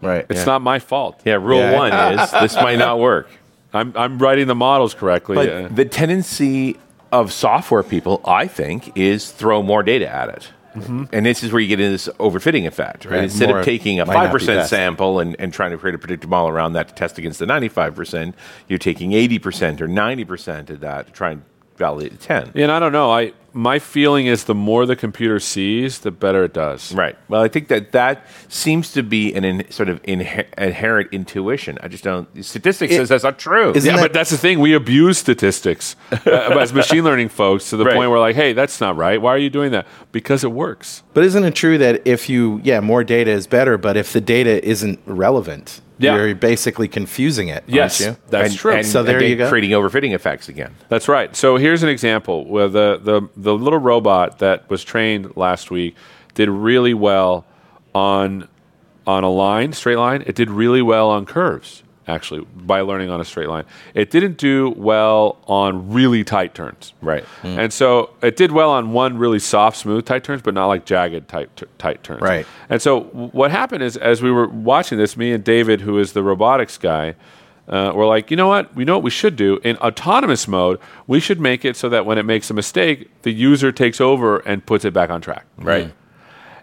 right.
It's not my fault.
Yeah, rule
Yeah.
one is this might not work.
I'm, I'm writing the models correctly.
But
Yeah.
the tendency of software people, I think, is throw more data at it. And this is where you get into this overfitting effect, right?
Mm-hmm. Right,
Instead
more
of taking a
might not be
five percent
best.
sample and, and trying to create a predictive model around that to test against the ninety-five percent, you're taking eighty percent or ninety percent of that to try and validate the ten.
Yeah, and I don't know. I my feeling is the more the computer sees, the better it does.
Right. Well, I think that that seems to be an in, sort of inher- inherent intuition. I just don't. Statistics says that's not true.
Isn't
Yeah,
that-
but that's the thing. We abuse statistics uh, [laughs] as machine learning folks to the
Right.
point where, like, hey, that's not right. Why are you doing that? Because it works.
But isn't it true that if you, yeah, more data is better, but if the data isn't relevant,
Yeah.
you're basically confusing it,
Yes,
aren't you?
that's
And-
true.
And,
So there
again,
you go.
Creating overfitting effects again.
That's right. So here's an example where the, the, the little robot that was trained last week did really well on on a line, straight line. It did really well on curves, actually, by learning on a straight line. It didn't do well on really tight turns.
Right.
And so it did well on one really soft, smooth, tight turns, but not like jagged, tight, t- tight turns.
Right.
And so w- what happened is, as we were watching this, me and David, who is the robotics guy, uh, were like, you know what? We know what we should do in autonomous mode. We should make it so that when it makes a mistake, the user takes over and puts it back on track. Right.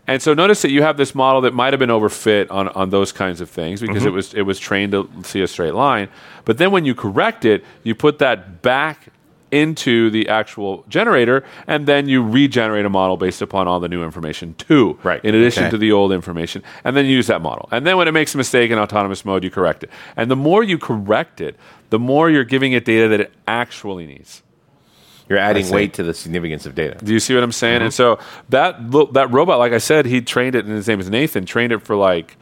And so notice that you have this model that might have been overfit on, on those kinds of things because it was it was trained to see a straight line. But then when you correct it, you put that back into the actual generator and then you regenerate a model based upon all the new information too.
Right.
In addition
Okay.
to the old information. And then you use that model. And then when it makes a mistake in autonomous mode, you correct it. And the more you correct it, the more you're giving it data that it actually needs.
You're adding
see.
weight to the significance of data.
Do you see what I'm saying? And so that lo- that robot, like I said, he trained it, and his name is Nathan. Trained it for like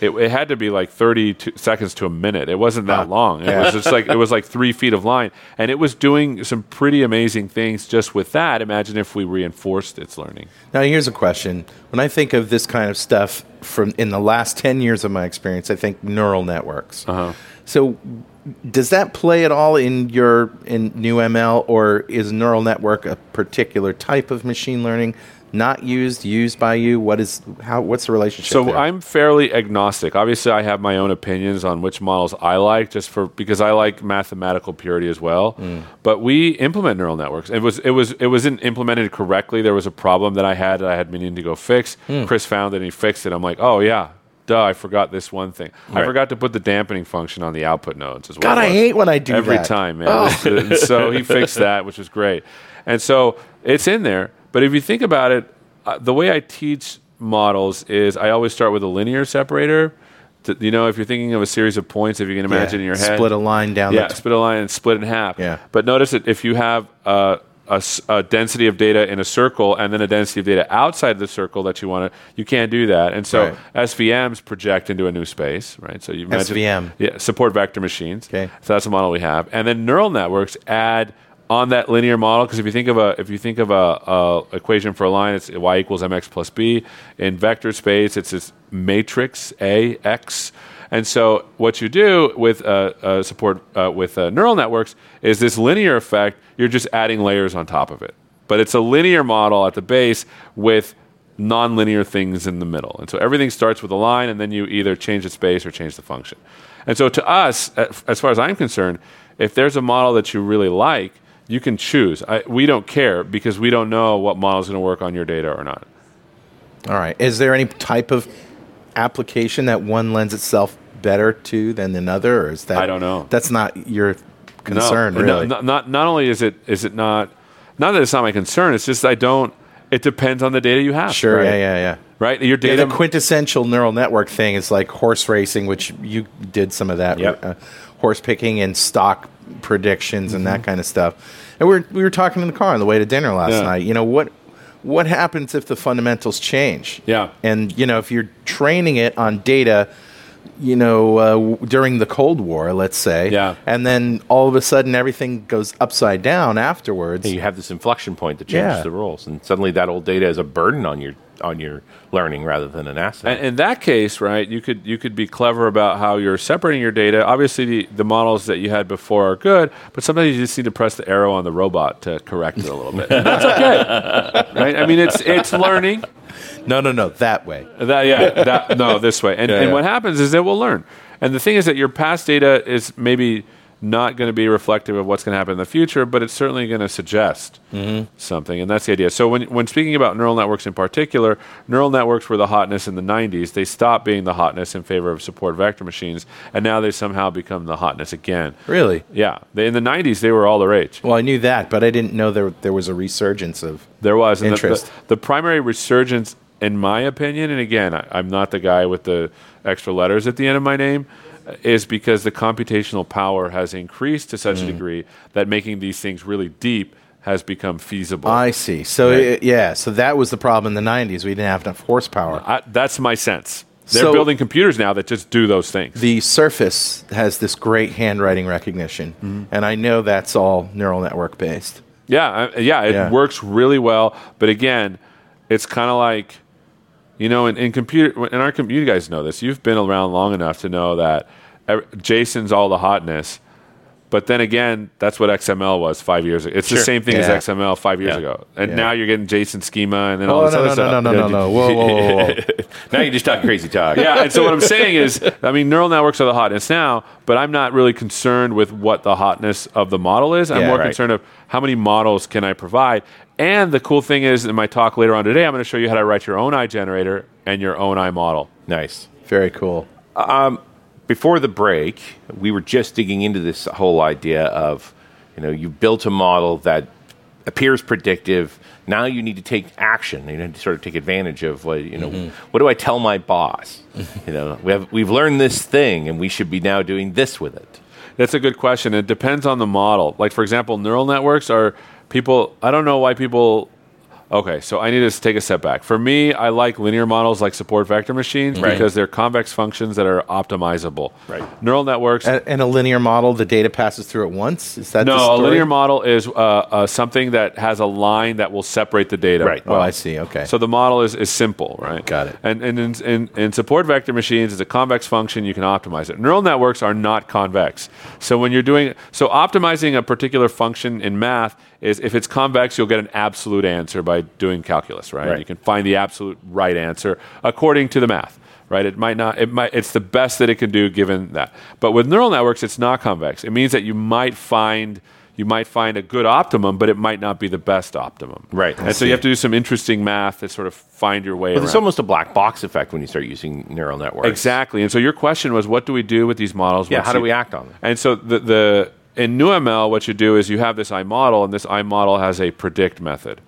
It, it had to be like 30 to- seconds to a minute. It wasn't that long. It was just like it was like three feet of line, and it was doing some pretty amazing things just with that. Imagine if we reinforced its learning.
Now, here's a question. When I think of this kind of stuff from in the last 10 years of my experience, I think neural networks.
Uh-huh.
So, does that play at all in your in new ML, or is neural network a particular type of machine learning? Not used, used by you. What is how? What's the relationship?
So
there?
I'm fairly agnostic. Obviously, I have my own opinions on which models I like, just for because I like mathematical purity as well.
Mm.
But we implement neural networks. It was it was it wasn't implemented correctly. There was a problem that I had that I had meaning to go fix.
Hmm.
Chris found it and he fixed it. I'm like, oh yeah. Duh, I forgot this one thing. I forgot to put the dampening function on the output nodes as well.
God, I hate when I do
every
that. Oh.
time, man. And so he fixed that, which was great. And so it's in there. But if you think about it, uh, the way I teach models is I always start with a linear separator. To, you know, if you're thinking of a series of points, if you can
Yeah.
imagine in your head,
Split a line down.
yeah,
the t-
split a line and split in half.
Yeah.
But notice that if you have a, a s- a density of data in a circle and then a density of data outside the circle that you want to, you can't do that. And so
Right.
SVMs project into a new space, right? So you imagine,
SVM.
yeah, support vector machines.
Okay.
So that's the model we have, and then neural networks add on that linear model because if you think of a if you think of a, a equation for a line, it's y equals mx plus b. In vector space, it's this matrix a x. And so what you do with uh, uh, support uh, with uh, neural networks is this linear effect. You're just adding layers on top of it, but it's a linear model at the base with nonlinear things in the middle. And so everything starts with a line, and then you either change the space or change the function. And so to us, a- as far as I'm concerned, if there's a model that you really like, you can choose. I, we don't care because we don't know what model is going to work on your data or not.
All right. Is there any type of application that one lends itself better to than another, or is that
I don't know.
That's not your
No,
concern,
no,
really.
no- not not only is it is it not not that it's not my concern. It's just I don't. It depends on the data you have.
Sure.
Right.
Yeah. Yeah. Yeah.
Right. Your
Yeah,
data.
the quintessential neural network thing is like horse racing, which you did some of that, uh,
Yep.
horse picking and stock predictions and that kind of stuff. And we were, we were talking in the car on the way to dinner last
Mm-hmm. Yeah.
night. You know what what happens if the fundamentals change?
Yeah.
and you know if you're training it on data, you know uh, w- during the Cold War, let's say,
Yeah.
and then all of a sudden everything goes upside down afterwards.
you have this inflection point that changes
Yeah.
the rules, and suddenly that old data is a burden on your on your learning rather than an asset.
And in that case, right, you could you could be clever about how you're separating your data. Obviously, the, the models that you had before are good, but sometimes you just need to press the arrow on the robot to correct it a little bit. That's okay, [laughs] right? I mean, it's it's learning.
No, no, no, that way.
That,
[laughs]
yeah, that, no, this way. And, and
yeah.
what happens is it will learn. And the thing is that your past data is maybe not going to be reflective of what's going to happen in the future, but it's certainly going to suggest
Mm-hmm.
something. And that's the idea. So when, when speaking about neural networks in particular, neural networks were the hotness in the 90s. They stopped being the hotness in favor of support vector machines, and now they somehow become the hotness again.
Really?
Yeah. They, in the 90s, they were all the rage.
Well, I knew that, but I didn't know there there was a resurgence of
There was and the-
Interest.
The, the, primary resurgence, in my opinion, and again, I, I'm not the guy with the extra letters at the end of my name, uh, is because the computational power has increased to
Mm.
such a degree that making these things really deep has become feasible.
I see. So
Right.
it- yeah, so that was the problem in the '90s. We didn't have enough horsepower.
I- that's my sense. They're
So-
building computers now that just do those things.
the Surface has this great handwriting recognition,
Mm-hmm.
and I know that's all neural network based.
Yeah, I- yeah, it
Yeah.
works really well. But again, it's kind of like, you know, in, in computer, in our com- you guys know this. You've been around long enough to know that ev- Jason's all the hotness. But then again, that's what XML was five years ago. It's the same thing
Yeah.
as XML five years ago, and
Yeah.
now you're getting JSON schema and then all
Oh
this other
no no
stuff.
no no no no no! Whoa whoa whoa!
[laughs]
whoa.
now you just talk crazy talk.
yeah, and so what I'm saying is, I mean, neural networks are the hotness now, but I'm not really concerned with what the hotness of the model is. I'm
Yeah,
more
right.
concerned of how many models can I provide. And the cool thing is, in my talk later on today, I'm going to show you how to write your own eye generator and your own eye model.
Nice.
Very cool.
before the break, we were just digging into this whole idea of, you know, you built a model that appears predictive. Now you need to take action. You need to sort of take advantage of what you know.
Mm-hmm.
What do I tell my boss? you know, we have we've learned this thing, and we should be now doing this with it.
That's a good question. It depends on the model. Like, for example, neural networks are people, I don't know why people Okay, so I need to take a step back. For me, I like linear models like support vector machines
Right.
because they're convex functions that are optimizable.
Right.
Neural networks.
And, and a linear model, the data passes through at once. Is that the
no, a
story?
linear model is uh, uh, something that has a line that will separate the data.
Right.
Oh, I see. Okay.
So the model is, is simple, right?
Got it.
And, and in, in, in support vector machines, it's a convex function. You can optimize it. Neural networks are not convex. So when you're doing so, optimizing a particular function in math is if it's convex, you'll get an absolute answer by doing calculus, right?
Right.
You can find the absolute right answer according to the math. Right, it might not. It might. It's the best that it can do given that. But with neural networks, it's not convex. It means that you might find you might find a good optimum, but it might not be the best optimum.
Right. I
And so you have to do some interesting math to sort of find your way
But
around.
it's almost a black box effect when you start using neural networks.
exactly. And so your question was, what do we do with these models?
Yeah,
once
how do
you-
we act on them?
And so the, the in NewML, what you do is you have this I model, and this I model has a predict method.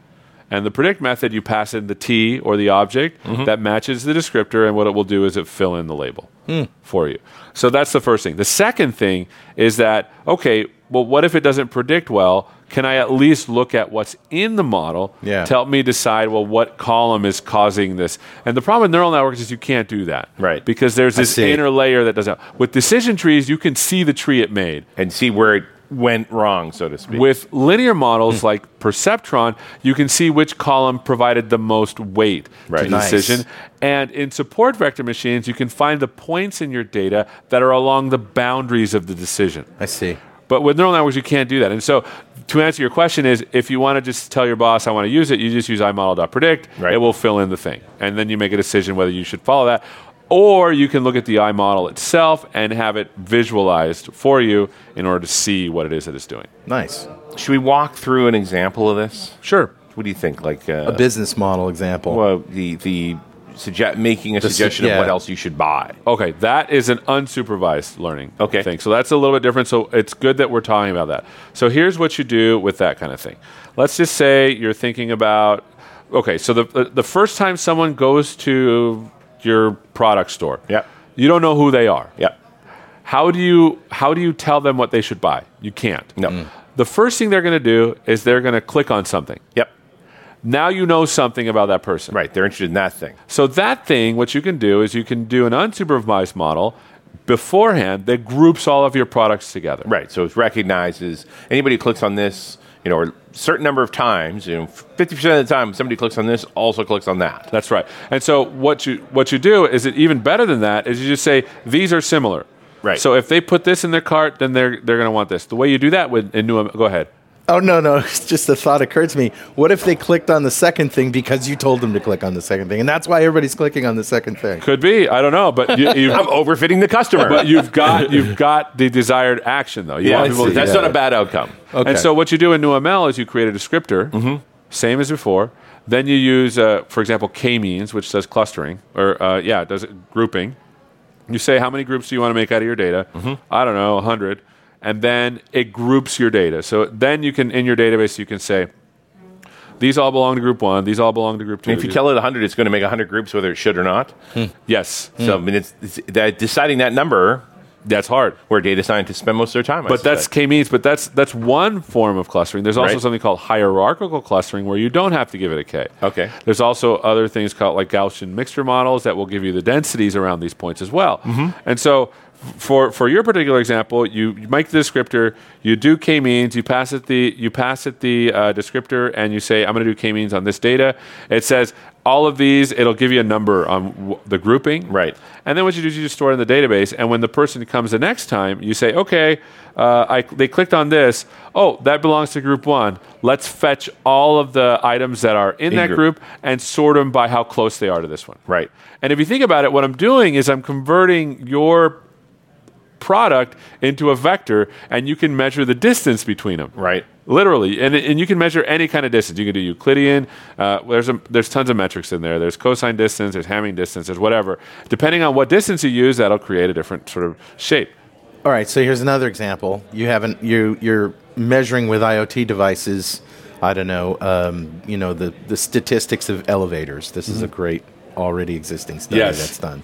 And the predict method, you pass in the T or the object
Mm-hmm.
that matches the descriptor, and what it will do is it fill in the label
Hmm.
for you. So that's the first thing. The second thing is that okay, well, what if it doesn't predict well? Can I at least look at what's in the model
Yeah.
to help me decide well what column is causing this? And the problem with neural networks is you can't do that,
Right.
Because there's this
see.
inner layer that doesn't. With decision trees, you can see the tree it made.
And see where it went wrong, so to speak.
With linear models like Perceptron, you can see which column provided the most weight
Right.
to
Nice.
decision. And in support vector machines, you can find the points in your data that are along the boundaries of the decision.
I see.
But with neural networks, you can't do that. And so, to answer your question, is if you want to just tell your boss, I want to use it, you just use imodel.predict.
Right.
It will fill in the thing. And then you make a decision whether you should follow that. Or you can look at the iModel itself and have it visualized for you in order to see what it is that it's doing.
Nice.
Should we walk through an example of this?
Sure.
What do you think? Like
A
uh,
business model example.
well, the the suge- making a
su-
suggestion of
yeah.
what else you should buy.
Okay, that is an unsupervised learning
Okay.
thing. So that's a little bit different. So it's good that we're talking about that. So here's what you do with that kind of thing. Let's just say you're thinking about okay, so the the, the first time someone goes to your product store,
Yep.
you don't know who they are.
Yep.
How do you how do you tell them what they should buy? You can't.
No.
The first thing they're going to do is they're going to click on something.
Yep.
Now you know something about that person.
Right. They're interested in that thing.
So that thing, what you can do is you can do an unsupervised model beforehand that groups all of your products together.
Right. So it recognizes anybody who clicks on this, you know, or certain number of times, you know, fifty percent of the time somebody clicks on this also clicks on that.
That's right. And so what you what you do is it even better than that is you just say these are similar.
Right.
So if they put this in their cart, then they're they're going to want this. The way you do that with in new go ahead.
oh no, no. [laughs] It's just the thought occurred to me. What if they clicked on the second thing because you told them to click on the second thing, and that's why everybody's clicking on the second thing?
Could be. I don't know,
[laughs]
but you, you've,
I'm overfitting the customer.
but you've got you've got the desired action though. You
yeah,
want people to Oh,
that's
do
not
that.
a bad outcome.
Okay.
And so what you do in NewML is you create a descriptor,
Mm-hmm.
same as before. Then you use, uh, for example, k-means, which does clustering, or uh, yeah, it does grouping. You say how many groups do you want to make out of your data?
Mm-hmm.
I don't know, 100. And then it groups your data. So then you can, in your database, you can say, these all belong to group one, these all belong to group two.
If you
These-
tell it 100, it's going to make 100 groups, whether it should or not.
yes,
So I mean, it's, it's that deciding that number
that's hard.
where data scientists spend most of their time. I
But that's
suspect.
K means, but that's that's one form of clustering. There's also
Right.
something called hierarchical clustering where you don't have to give it a K.
Okay.
There's also other things called like Gaussian mixture models that will give you the densities around these points as well.
Mm-hmm.
And so f- for for your particular example, you, you make the descriptor, you do K means, you pass it the you pass it the uh, descriptor, and you say I'm going to do K means on this data. It says all of these. It'll give you a number on w- the grouping.
Right.
And then what you do is you just store it in the database. And when the person comes the next time, you say, okay, uh, I, they clicked on this. Oh, that belongs to group one. Let's fetch all of the items that are in, that
group.
group. and sort them by how close they are to this one.
Right.
And if you think about it, what I'm doing is I'm converting your product into a vector and you can measure the distance between them.
Right.
Literally, and, and you can measure any kind of distance. You can do Euclidean. Uh, there's a, there's tons of metrics in there. There's cosine distance. There's Hamming distance. There's whatever. Depending on what distance you use, that'll create a different sort of shape.
All right, so here's another example. You haven't you you're measuring with IoT devices. I don't know, um, you know the the statistics of elevators. This is a great already existing study
Mm-hmm. Yes.
that's done,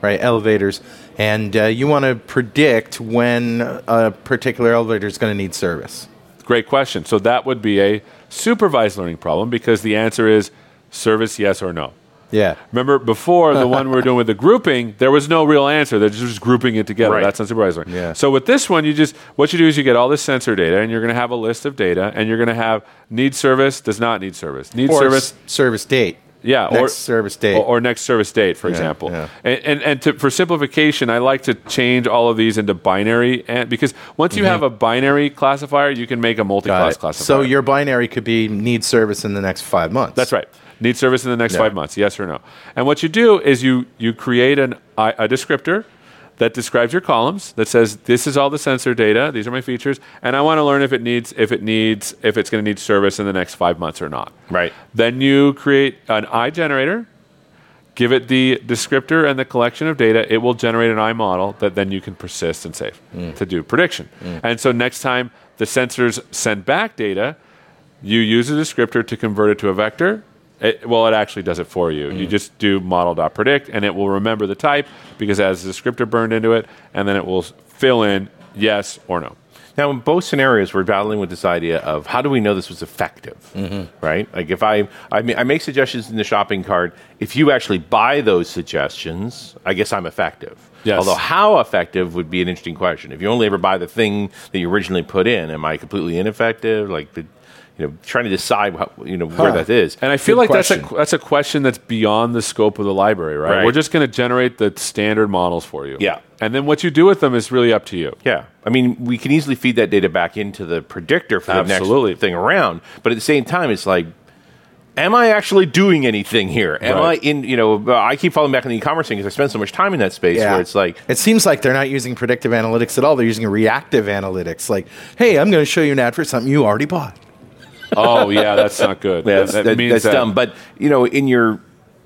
right? Elevators, and uh, you want to predict when a particular elevator is going to need service.
Great question. So that would be a supervised learning problem because the answer is service yes or no.
Yeah.
Remember before the one we were
[laughs]
doing with the grouping, there was no real answer. They're just grouping it together.
Right.
That's unsupervised learning.
Yeah.
So with this one, you just what you do is you get all this sensor data, and you're going to have a list of data, and you're going to have need service does not need service, need
Or
service
s- service date.
yeah,
Next service date.
or, or next service date, for example.
yeah.
And and, and to, for simplification, I like to change all of these into binary, and because once you have a binary classifier, you can make a
Mm-hmm. Got
multi-class
it.
classifier.
So your binary could be need service in the next five months.
That's right. Need service in the next
Yeah.
five months, yes or no. And what you do is you you create an I- a descriptor that describes your columns that says this is all the sensor data, these are my features, and I want to learn if it needs if it needs if it's going to need service in the next five months or not.
Right.
Then you create an I generator. Give it the descriptor and the collection of data. It will generate an I model that then you can persist and save to do prediction. And so next time the sensors send back data, you use a descriptor to convert it to a vector. It, well, it actually does it for you. You just do model.predict, and it will remember the type because it has a descriptor burned into it, and then it will s- fill in yes or no.
Now, in both scenarios, we're battling with this idea of how do we know this was effective,
Mm-hmm.
right? Like if I, I mean, I make suggestions in the shopping cart. If you actually buy those suggestions, I guess I'm effective.
Yes.
Although how effective would be an interesting question. If you only ever buy the thing that you originally put in, am I completely ineffective? Like, the, you know, trying to decide how, you know where
Huh.
that is.
And I feel
Good
like that's a
question.
that's a question that's beyond the scope of the library, right?
Right.
We're just going to generate the standard models for you.
Yeah.
And then what you do with them is really up to you.
Yeah. I mean, we can easily feed that data back into the predictor for the
Absolutely.
next thing around. But at the same time, it's like, am I actually doing anything here? Am
Right.
I in, you know, I keep falling back on the e commerce thing because I spend so much time in that space
Yeah.
where it's like,
it seems like they're not using predictive analytics at all. They're using reactive analytics. Like, hey, I'm going to show you an ad for something you already bought.
Oh yeah, that's not good.
that's, that- that's
that-
dumb. But, you know, in your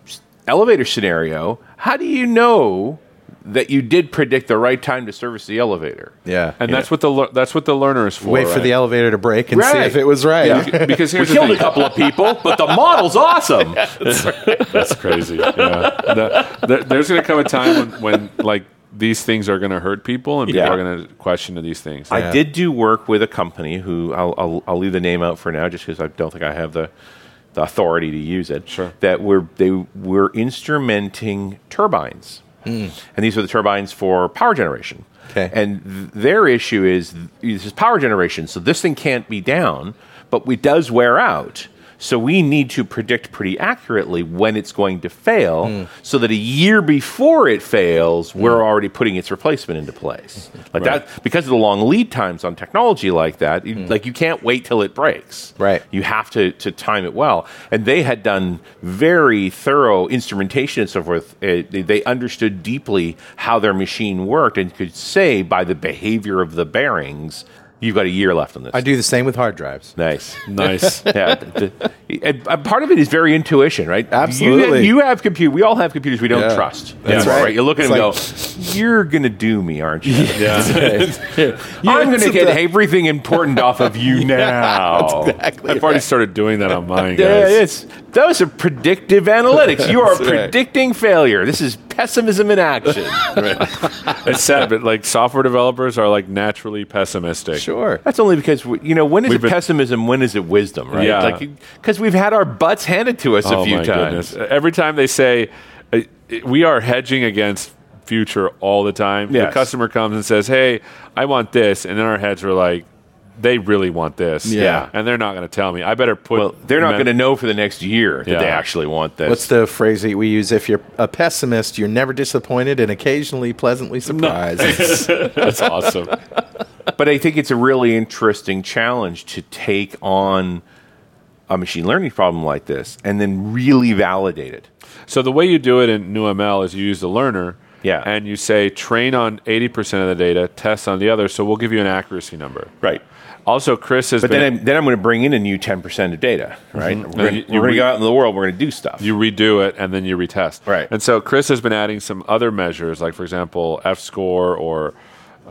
s- elevator scenario, how do you know that you did predict the right time to service the elevator?
Yeah.
And that's what the lear- that's what the learner is for.
Wait for
right?
the elevator to break and see
Right.
if it was right.
Yeah, because
We
here's the
killed
thing.
a couple of people, but the model's awesome.
[laughs] That's crazy. Yeah. The- there- there's going to come a time when, when like these things are going to hurt people and people
Yeah.
are going to question these things.
I did do work with a company who I'll, I'll, I'll leave the name out for now, just because I don't think I have the, the authority to use it.
Sure.
That were they were instrumenting turbines, and these were the turbines for power generation.
Okay.
And th- their issue is th- this is power generation, so this thing can't be down, but it does wear out. So we need to predict pretty accurately when it's going to fail,
Hmm.
so that a year before it fails, we're already putting its replacement into place. Like that, because of the long lead times on technology like that, you, like you can't wait till it breaks.
Hmm. Right.
You have to, to time it well. And they had done very thorough instrumentation and so forth. Uh, they, they understood deeply how their machine worked and could say by the behavior of the bearings, you've got a year left on this.
[laughs] I do the same with hard drives.
Nice. [laughs]
nice.
yeah, th- th- and, uh, part of it is very intuition, right? You-
Absolutely.
you, have computer. We all have computers we don't
Yeah.
trust.
That's
anymore,
right.
You look at
It's
them
like-
and go, "You're gonna do me,
[laughs]
aren't you? I'm
Yes,
gonna get
that-
everything important off
[laughs]
of you now."
Exactly.
[laughs] I've already started doing that on mine,
Yeah,
guys.
it's those are predictive analytics. You
[laughs]
are
That's right.
predicting failure. This is pessimism in action.
It's sad, but like software developers are like naturally pessimistic.
Sure.
That's only because we, you know when is
We've
it
been-
pessimism? When is it wisdom? Right?
Yeah. Oh
because we've had our butts handed to us a few times.
goodness. Uh, Every time they say uh, we are hedging against future all the time, the
Yes.
customer comes and says, "Hey, I want this," and then our heads are like, "They really want this."
Yeah.
and they're not going to tell me. I better put.
Well, they're not
men-
going to know for the next year that
Yeah.
they actually want this.
What's the phrase that we use? If you're a pessimist, you're never disappointed and occasionally pleasantly surprised.
[laughs] That's awesome.
but I think it's a really interesting challenge to take on a machine learning problem like this and then really validate it.
So the way you do it in NewML is you use the learner.
Yeah.
And you say train on 80% of the data, test on the other. So we'll give you an accuracy number.
Right.
Also, Chris has
But
been.
then I'm, then I'm going to bring in a new 10% of data, right? We're
Mm-hmm. you- you
going to
re-
go out in the world, we're going to do stuff.
you redo it and then you retest.
Right.
And so Chris has been adding some other measures, like for example, F score or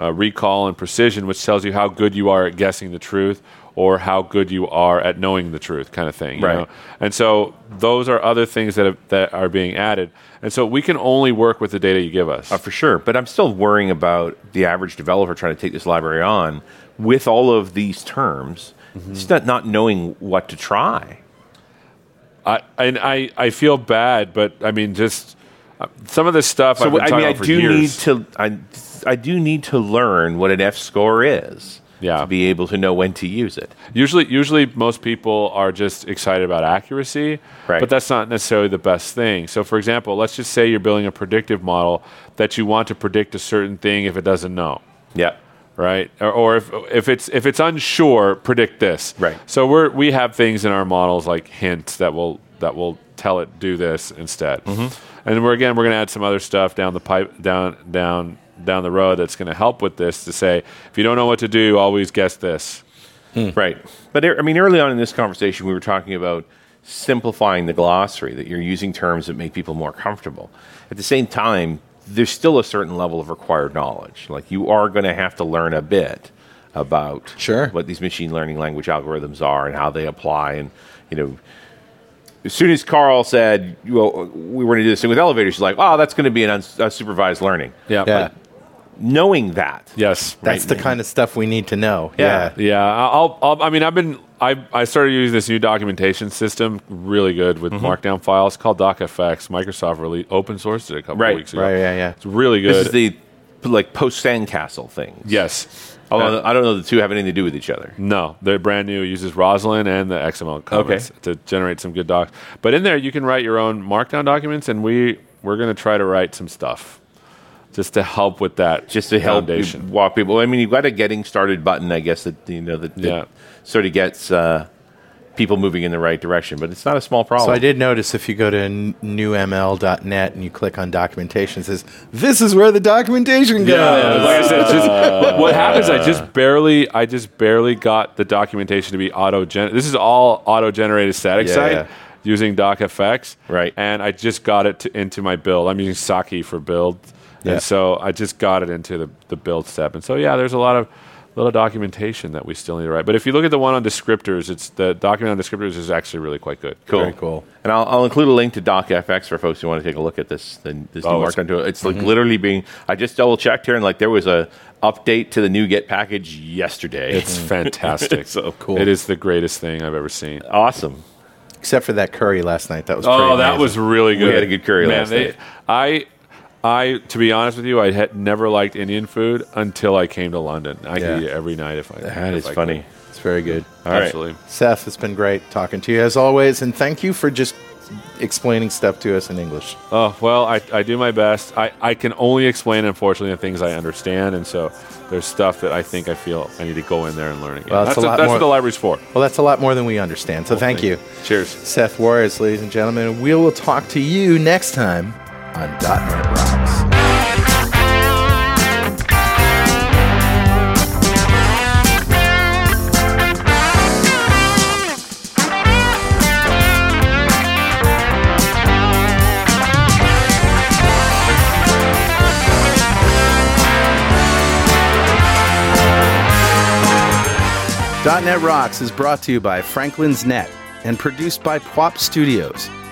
uh, recall and precision, which tells you how good you are at guessing the truth or how good you are at knowing the truth, kind of thing. you
Right.
know? And so those are other things that have, that are being added. And so we can only work with the data you give us.
Uh, for sure. But I'm still worrying about the average developer trying to take this library on with all of these terms It's not not knowing what to try.
I and I, I feel bad, but I mean, just uh, some of this stuff. I've
So
been
I
talking
mean, I
about for
do need
years.
to I, I do need to learn what an F score is.
Yeah.
To be able to know when to use it.
Usually, usually most people are just excited about accuracy,
Right.
but that's not necessarily the best thing. So, for example, let's just say you're building a predictive model that you want to predict a certain thing if it doesn't know.
Yeah.
right? Or, or if, if it's if it's unsure, predict this.
Right.
So we're we have things in our models like hints that will that will tell it do this instead.
Mm-hmm.
And we're again we're going to add some other stuff down the pipe down down down the road that's going to help with this to say if you don't know what to do, always guess this.
Right. But er- I mean, early on in this conversation, we were talking about simplifying the glossary, that you're using terms that make people more comfortable. At the same time, there's still a certain level of required knowledge. Like, you are going to have to learn a bit about
Sure.
what these machine learning language algorithms are and how they apply and, you know, as soon as Carl said, well, we were going to do this thing with elevators, she's like, oh, that's going to be an uns- unsupervised learning.
Yeah.
Yeah.
Knowing that.
Yes.
That's the kind of stuff we need to know.
Yeah.
Yeah, I'll, I'll. I mean, I've been. I I started using this new documentation system, really good with
Mm-hmm.
Markdown files called DocFX. Microsoft released open sourced it a couple
Right,
weeks ago.
right, yeah, yeah.
It's really good.
This is the, like, post-sandcastle thing.
yes. Uh,
Although I don't know Oh, the two have anything to do with each other.
No, they're brand new. It uses Roslyn and the XML comments
Okay.
to generate some good docs. But in there, you can write your own Markdown documents, and we we're going to try to write some stuff just to help with that,
Just to help you
foundation.
walk people. I mean, you've got a getting started button, I guess that you know that, that
Yeah.
sort of gets uh, people moving in the right direction. But it's not a small problem.
So I did notice if you go to n- newml.net and you click on documentation, it says, this is where the documentation goes.
Like I said, it's just,
[laughs]
what happens? I just barely, I just barely got the documentation to be auto gen. This is all auto generated static
Yeah,
site
yeah.
using DocFX,
Right.
And I just got it to, into my build. I'm using Saki for build,
Yeah.
and so I just got it into the, the build step. And so yeah, there's a lot of little documentation that we still need to write. But if you look at the one on descriptors, it's the document on descriptors is actually really quite good.
cool.
Very cool.
And I'll, I'll include a link to DocFX for folks who want to take a look at this. Then this
Oh,
new
it's-
markdown tool. It's like literally being. I just double checked here, and like there was a update to the new Git package yesterday.
It's
[laughs]
fantastic.
So cool.
It is the greatest thing I've ever seen.
awesome.
Except for that curry last night. That was pretty
Oh, that
amazing.
was really good.
had a good curry last night.
I, I, to be honest with you, I had never liked Indian food until I came to London. I
Yeah.
could eat it every night if I.
That
if
is
I
funny.
It's very good.
Could.
right.
Absolutely.
Seth, it's been great talking to you as always, and thank you for just explaining stuff to us in English.
Oh well, I, I do my best. I, I can only explain, unfortunately, the things I understand, and so there's stuff that I think I feel I need to go in there and learn again.
Well, it's
that's
a
what-
lot
that's
more-
what the library's for.
Well, that's a lot more than we understand, so thank you.
Cheers.
Seth Warriors, ladies and gentlemen, and we will talk to you next time on .NET Rocks. .NET Rocks is brought to you by Franklin's Net and produced by Pwop Studios,